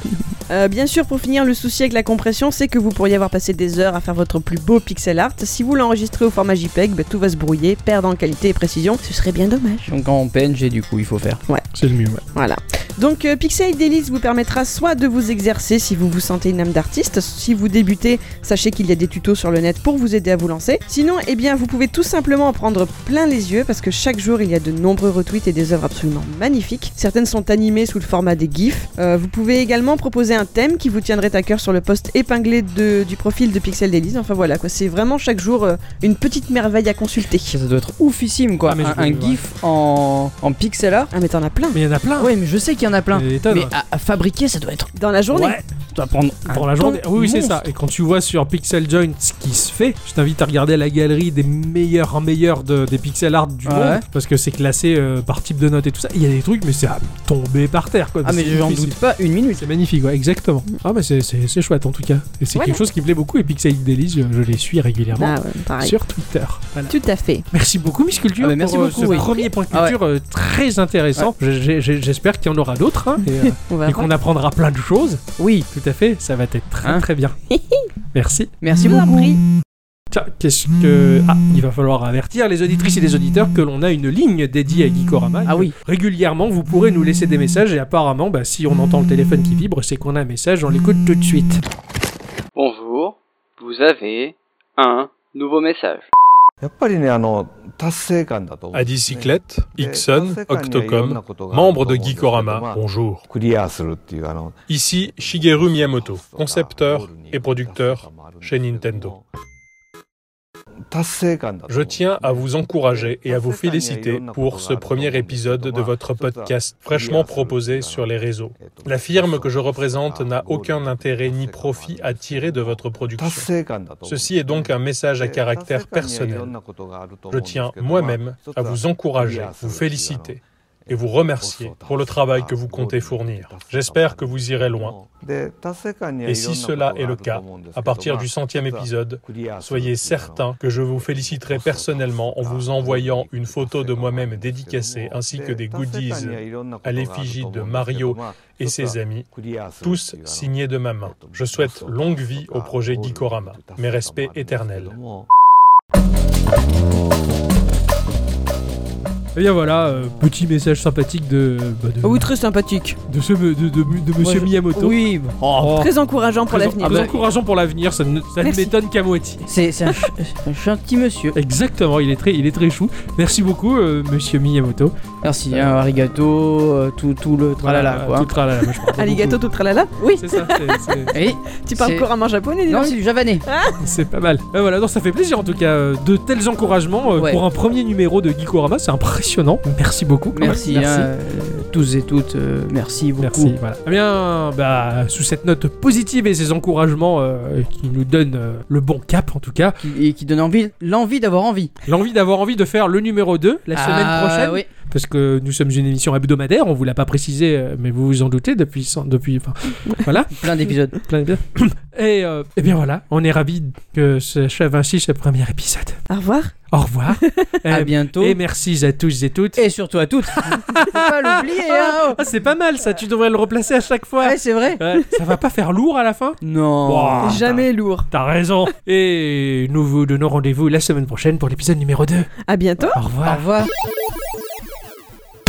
S3: Euh, bien sûr, pour finir, le souci avec la compression, c'est que vous pourriez avoir passé des heures à faire votre plus beau pixel art. Si vous l'enregistrez au format JPEG, bah, tout va se brouiller, perdre en qualité et précision. Ce serait bien dommage.
S2: Donc en PNG, du coup, il faut faire.
S1: C'est le mieux. ouais.
S3: Voilà. Donc, euh, Pixel Delice vous permettra soit de vous exercer si vous vous sentez une âme d'artiste. Si vous débutez, sachez qu'il y a des tutos sur le net pour vous aider à vous lancer. Sinon, eh bien, vous pouvez tout simplement en prendre plein les yeux parce que chaque jour, il y a de nombreux retweets et des œuvres absolument magnifiques. Certaines sont animées sous le format des GIFs. Euh, vous pouvez également proposer un thème qui vous tiendrait à cœur sur le post épinglé de- du profil de Pixel Delice. Enfin voilà, quoi. C'est vraiment chaque jour euh, une petite merveille à consulter.
S2: Ça doit être oufissime, quoi.
S1: Ah, mais je
S2: un
S1: peux-
S2: un
S1: ouais.
S2: GIF en, en pixel art.
S3: Ah, mais t'en as plein.
S1: Mais il y en a plein.
S2: Ouais, mais je sais qu'il y en a
S1: Il
S2: plein.
S1: y en a des tonnes.
S2: Mais à, à fabriquer, ça doit être.
S3: Dans la journée.
S1: Ouais,
S2: Ça doit prendre. un
S1: pour la
S2: temps
S1: journée. Oui, oui, c'est
S2: monstre.
S1: ça. Et quand tu vois sur Pixel Joint ce qui se fait, je t'invite à regarder la galerie des meilleurs en meilleurs de- des pixel art du
S2: Ouais.
S1: monde parce que c'est classé euh, par type de note et tout ça. Il y a des trucs, mais c'est à tomber par terre. Quoi.
S2: Ah, mais
S1: C'est
S2: j'en
S1: difficile.
S2: doute pas une minute.
S1: C'est magnifique, ouais, exactement. Ah, mais c'est- c'est c'est chouette en tout cas. Et c'est
S3: Voilà.
S1: quelque chose qui me plaît beaucoup. Et Pixel Delice, je, je les suis
S2: Bah,
S1: régulièrement
S3: Ah ouais, pareil.
S1: sur Twitter. Voilà.
S3: Tout à fait.
S1: Merci beaucoup, Miss Culture,
S2: Ah bah, merci
S1: pour euh,
S2: beaucoup,
S1: ce
S2: oui.
S1: premier point de
S2: Ah ouais.
S1: culture euh, très intéressant. J'ai- j'ai- J'espère qu'il y en aura d'autres hein, et, euh,
S2: (laughs)
S3: On va
S1: et qu'on apprendra plein de choses.
S2: Oui,
S1: Tout à fait, ça va être très
S2: Hein
S1: très
S2: (laughs)
S1: bien. Merci.
S2: merci
S3: Je vous en
S2: beaucoup.
S3: prie.
S1: Tiens, qu'est-ce que. Ah, il va falloir avertir les auditrices et les auditeurs que l'on a une ligne dédiée à Geekorama.
S2: Ah oui.
S1: Régulièrement, vous pourrez nous laisser des messages et apparemment, bah, si on entend le téléphone qui vibre, c'est qu'on a un message, on l'écoute tout de suite.
S5: Bonjour, vous avez un nouveau message.
S6: やっぱりね、あの、達成感だと思うんですね。
S7: Adicyclette,
S6: で
S7: Ixon,
S6: 達成感にはいろん
S7: Octocom,
S6: なことがあると思う
S7: membres
S6: んで
S7: です
S6: けどま
S7: Geekorama,
S6: あ
S7: bonjour.
S6: クリアするっていう、あの、
S7: Ici Shigeru Miyamoto, concepteur et producteur chez Nintendo.
S6: 達成感だと思うんですね
S7: Je tiens à vous encourager et à vous féliciter pour ce premier épisode de votre podcast fraîchement proposé sur les réseaux. La firme que je représente n'a aucun intérêt ni profit à tirer de votre
S6: 達
S7: production.
S6: 成感だと思うんですね
S7: Ceci est donc un message à caractère personnel. Je tiens moi-même à vous encourager, vous féliciter et vous remercier pour le travail que vous comptez fournir. J'espère que vous irez loin. Et si cela est le cas, à partir du centième épisode,
S6: Ah,
S7: soyez
S6: hein.
S7: certain que je vous féliciterai personnellement en vous envoyant une photo de moi-même dédicacée ainsi que des goodies à l'effigie de Mario et ses amis, tous signés de ma main. Je souhaite longue vie au projet Gikorama. Mes respects éternels.
S1: Et bien voilà, euh, petit message sympathique de. bah, de,
S3: Ah oui, très sympathique.
S1: de ce me- de, de- de
S2: Moi,
S1: monsieur
S2: je-
S1: Miyamoto.
S2: Oui, bah, oh,
S1: Oh,
S3: Très encourageant pour
S1: très-
S3: l'avenir.
S1: ah, très encourageant pour l'avenir, ça ne, ça ne
S3: Merci.
S1: m'étonne qu'à moitié.
S2: c'est c'est un, ch- (laughs) un gentil monsieur.
S1: Exactement, il est très, il est très chou. Merci beaucoup, euh, monsieur Miyamoto.
S2: Merci,
S1: Euh,
S2: hein, arigato, euh, tout, tout le tralala
S1: Voilà,
S2: quoi. hein.
S1: Tout le tralala, moi, je parle pas
S3: Alligato
S1: beaucoup.
S3: tout tralala. Oui,
S1: C'est ça, c'est- c'est-
S2: Oui,
S3: tu parles
S2: c'est-
S3: couramment japonais, dis
S2: non,
S3: donc.
S2: c'est du javanais.
S1: c'est pas mal. Ben voilà, donc ça fait plaisir en tout cas, euh, de tels encouragements euh,
S2: Ouais.
S1: pour un premier numéro de Geekorama, c'est impressionnant. Merci beaucoup. quand même.
S2: Merci, hein, euh, tous et toutes, euh, merci beaucoup.
S1: Merci, voilà. Eh bien, bah, sous cette note positive et ces encouragements euh, qui nous donnent euh, le bon cap, en tout cas,
S2: Qui- et qui donne envie, l'envie d'avoir envie.
S1: l'envie d'avoir envie de faire le numéro 2 la
S2: Ah,
S1: semaine prochaine.
S2: oui.
S1: parce que nous sommes une émission hebdomadaire, on vous l'a pas précisé, euh, mais vous vous en doutez depuis, cent- depuis, enfin, voilà, (laughs)
S2: Plein d'épisodes.
S1: (coughs) plein de- (coughs) Et, euh, eh bien voilà, on est ravis que s'achève ainsi ce premier épisode.
S3: Au revoir.
S1: Au
S2: (laughs)
S1: revoir.
S2: À
S1: Euh,
S2: bientôt.
S1: Et
S2: Et,
S1: merci à tous et toutes.
S2: surtout
S1: (laughs)
S2: à toutes. Faut pas l'oublier.
S3: (laughs)
S2: hein.
S1: Ah, c'est pas mal ça, tu devrais le replacer à chaque fois.
S2: Ouais, c'est vrai.
S1: Ouais, ça va pas faire lourd à la fin
S2: Non.
S1: Wow.
S3: Jamais lourd.
S1: T'as raison. Et nous vous donnons rendez-vous la semaine prochaine pour l'épisode numéro 2.
S3: À bientôt.
S1: Au revoir.
S2: Au revoir. Ah.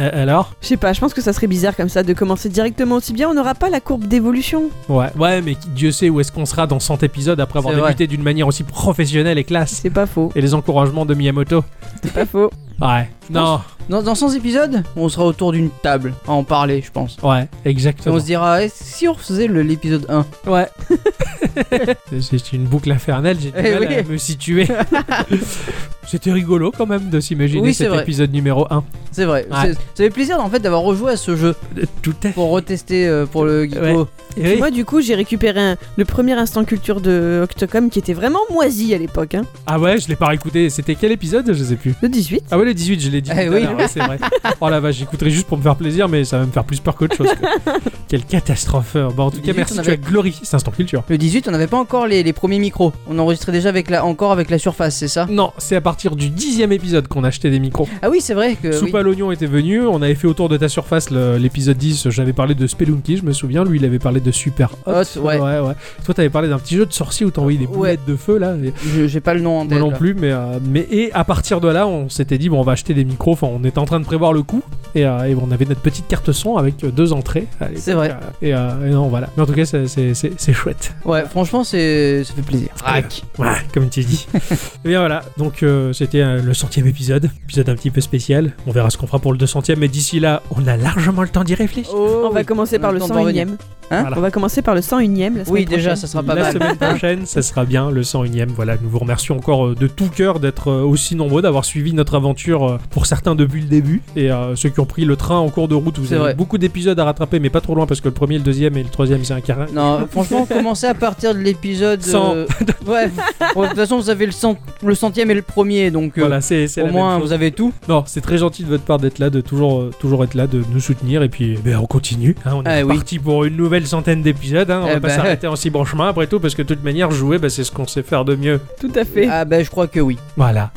S1: Euh, alors
S3: Je sais pas, je pense que ça serait bizarre comme ça de commencer directement aussi bien. On n'aura pas la courbe d'évolution.
S1: Ouais. Ouais, mais Dieu sait où est-ce qu'on sera dans 100 épisodes après avoir
S2: C'est vrai.
S1: débuté d'une manière aussi professionnelle et classe.
S3: C'est pas faux.
S1: Et les encouragements de Miyamoto.
S3: C'est
S2: (laughs)
S3: pas faux.
S1: Ouais. Non.
S2: Dans, dans 100 épisodes, on sera autour d'une table à en parler, je pense.
S1: Ouais,
S2: Et on
S1: exactement.
S2: se dira, eh, si on faisait le- l'épisode 1
S1: Ouais. (laughs) C'est une boucle infernale, j'ai du
S2: Eh
S1: mal
S2: oui.
S1: à me
S2: (laughs)
S1: situer. C'était rigolo quand même de s'imaginer
S2: Oui, c'est
S1: cet
S2: vrai.
S1: épisode numéro 1.
S2: C'est vrai.
S1: Ouais.
S2: C'est- Ça fait plaisir en fait d'avoir rejoué à ce jeu
S1: Tout à fait.
S2: pour retester euh, pour le Geeko.
S1: Ouais.
S3: Et Moi, du coup, j'ai récupéré un- le premier instant culture de Octocom qui était vraiment moisi à l'époque. Hein.
S1: Ah ouais, je l'ai pas réécouté. C'était quel épisode Je sais plus.
S3: Le 18.
S1: Ah ouais, le 18, je l'ai dit.
S2: Eh
S1: tout à
S2: oui.
S1: l'heure, ouais, c'est vrai. Oh la vache, j'écouterai juste pour me faire plaisir, mais ça va me faire plus peur qu'autre chose. quoi.
S2: (laughs)
S1: Quelle catastrophe. Bon, en tout cas,
S2: 18,
S1: merci,
S2: on
S1: tu as
S2: avait-
S1: glorifié cet instant culture.
S2: Le 18, on n'avait pas encore les, les premiers micros. On enregistrait déjà avec la, encore avec la surface, c'est ça
S1: Non, c'est à partir du dixième épisode qu'on a acheté des micros.
S2: Ah oui, c'est vrai que.
S1: Soupe
S2: oui.
S1: à l'oignon était venu, on avait fait autour de ta surface le- l'épisode 10, j'avais parlé de Spelunky, je me souviens, lui il avait parlé de Super Hot.
S2: Hot, Euh, ouais.
S1: ouais, Toi t'avais parlé d'un petit jeu de sorcier où t'envoyais des
S2: Ouais.
S1: boulettes de feu là. et-
S2: Je- J'ai pas le nom en tête. hein.
S1: Moi non
S2: là.
S1: plus, mais, euh, mais et à partir de là, on s'était dit bon, on va acheter des micros. Enfin, on était en train de prévoir le coût et, euh, et on avait notre petite carte son avec euh, deux entrées. à l'époque,
S2: C'est vrai.
S1: euh, Et, euh, et non, voilà. Mais en tout cas, c'est- c'est c'est- c'est chouette.
S2: Ouais, franchement, c'est ça fait plaisir. Rac.
S1: Voilà, comme tu dis. et bien voilà. Donc euh, c'était euh, le centième épisode, épisode un petit peu spécial. On verra ce qu'on fera pour le 200 e mais d'ici là, on a largement le temps d'y réfléchir.
S3: On va commencer par le
S2: Oh On a le temps d'en
S3: 101ème.
S2: Hein
S1: Voilà.
S3: On va commencer par le 101ème la semaine
S2: Oui, déjà,
S3: prochaine.
S2: ça sera pas
S1: la
S2: mal.
S1: semaine prochaine, ça sera bien le 101e. Voilà, nous vous remercions encore euh, de tout cœur d'être euh, aussi nombreux, d'avoir suivi notre aventure euh, pour certains depuis le début. Et euh, ceux qui ont pris le train en cours de route, vous
S2: C'est
S1: avez
S2: vrai.
S1: beaucoup d'épisodes à rattraper, mais pas trop loin parce que le premier, le deuxième et le troisième, c'est un carré.
S2: Non, franchement, (laughs) commencez à partir de l'épisode.
S1: Cent.
S2: euh, Ouais, bon, de toute façon, vous avez le, cent... le centième et le premier, donc euh,
S1: Voilà, c'est c'est
S2: au
S1: la
S2: moins
S1: même chose.
S2: vous avez tout.
S1: Non, c'est très gentil de votre part d'être là, de toujours, euh, toujours être là, de nous soutenir. Et puis, eh ben, on continue. hein, on est
S2: Ah oui.
S1: parti pour une nouvelle centaine d'épisodes. hein, on
S2: Eh
S1: va pas
S2: ben.
S1: s'arrêter en si bon chemin après tout, parce que de toute manière, jouer, bah, c'est ce qu'on sait faire de mieux.
S3: Tout à fait.
S2: Ah bah, je crois que oui.
S1: Voilà.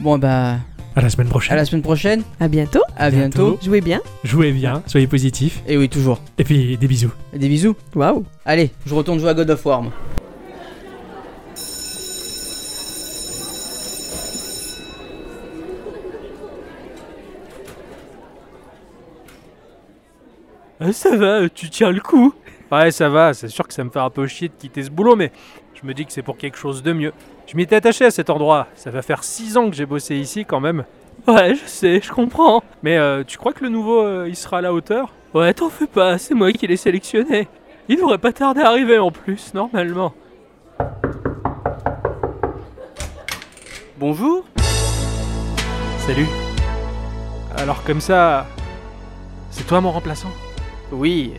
S2: Bon bah,
S1: À la semaine prochaine.
S2: à la semaine prochaine.
S3: À bientôt.
S2: À
S1: Bientôt.
S2: bientôt.
S3: Jouez bien.
S1: Jouez bien, soyez positifs.
S2: Et oui, toujours.
S1: Et puis, des bisous.
S2: Et des bisous.
S3: Waouh.
S2: Allez, je retourne jouer à God of War. moi.
S8: Ah, ça va, tu tiens le coup.
S7: Ouais, ça va, c'est sûr que ça me fait un peu chier de quitter ce boulot, mais je me dis que c'est pour quelque chose de mieux. Je m'étais attaché à cet endroit, ça va faire 6 ans que j'ai bossé ici quand même.
S8: Ouais, je sais, je comprends.
S7: Mais euh, tu crois que le nouveau, euh, il sera à la hauteur
S8: Ouais, t'en fais pas, c'est moi qui l'ai sélectionné. Il devrait pas tarder à arriver en plus, normalement.
S5: Bonjour
S7: Salut. Alors comme ça, c'est toi mon remplaçant
S5: Oui.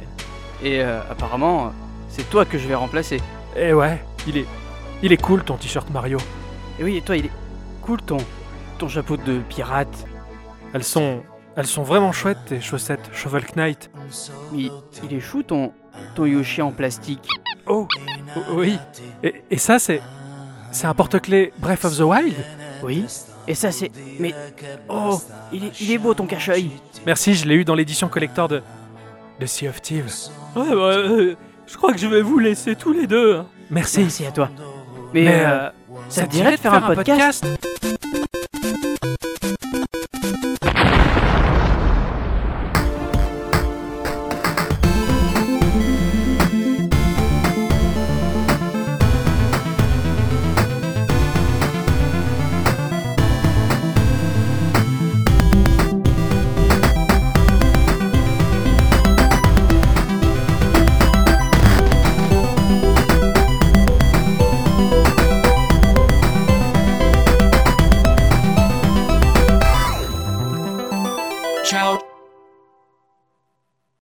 S5: Et euh, apparemment, c'est toi que je vais remplacer.
S7: Eh ouais, il est... Il est cool ton t-shirt Mario.
S5: Et oui, et toi, il est cool ton, ton chapeau de pirate.
S7: Elles sont... Elles sont vraiment chouettes tes chaussettes Shovel Knight.
S5: Mais il est chou ton, ton Yoshi en plastique.
S7: Oh, oui. Et, et ça c'est... C'est un porte-clés Breath of the Wild
S5: Oui. Et ça, c'est. Mais. Oh Il est, il est beau ton cache-œil.
S7: Merci, je l'ai eu dans l'édition collector de... de Sea of Thieves.
S8: Ouais, bah, euh, je crois que je vais vous laisser tous les deux. hein.
S7: Merci.
S5: Merci à toi. Mais, euh,
S7: ça
S5: te dirait de faire un podcast
S7: podcast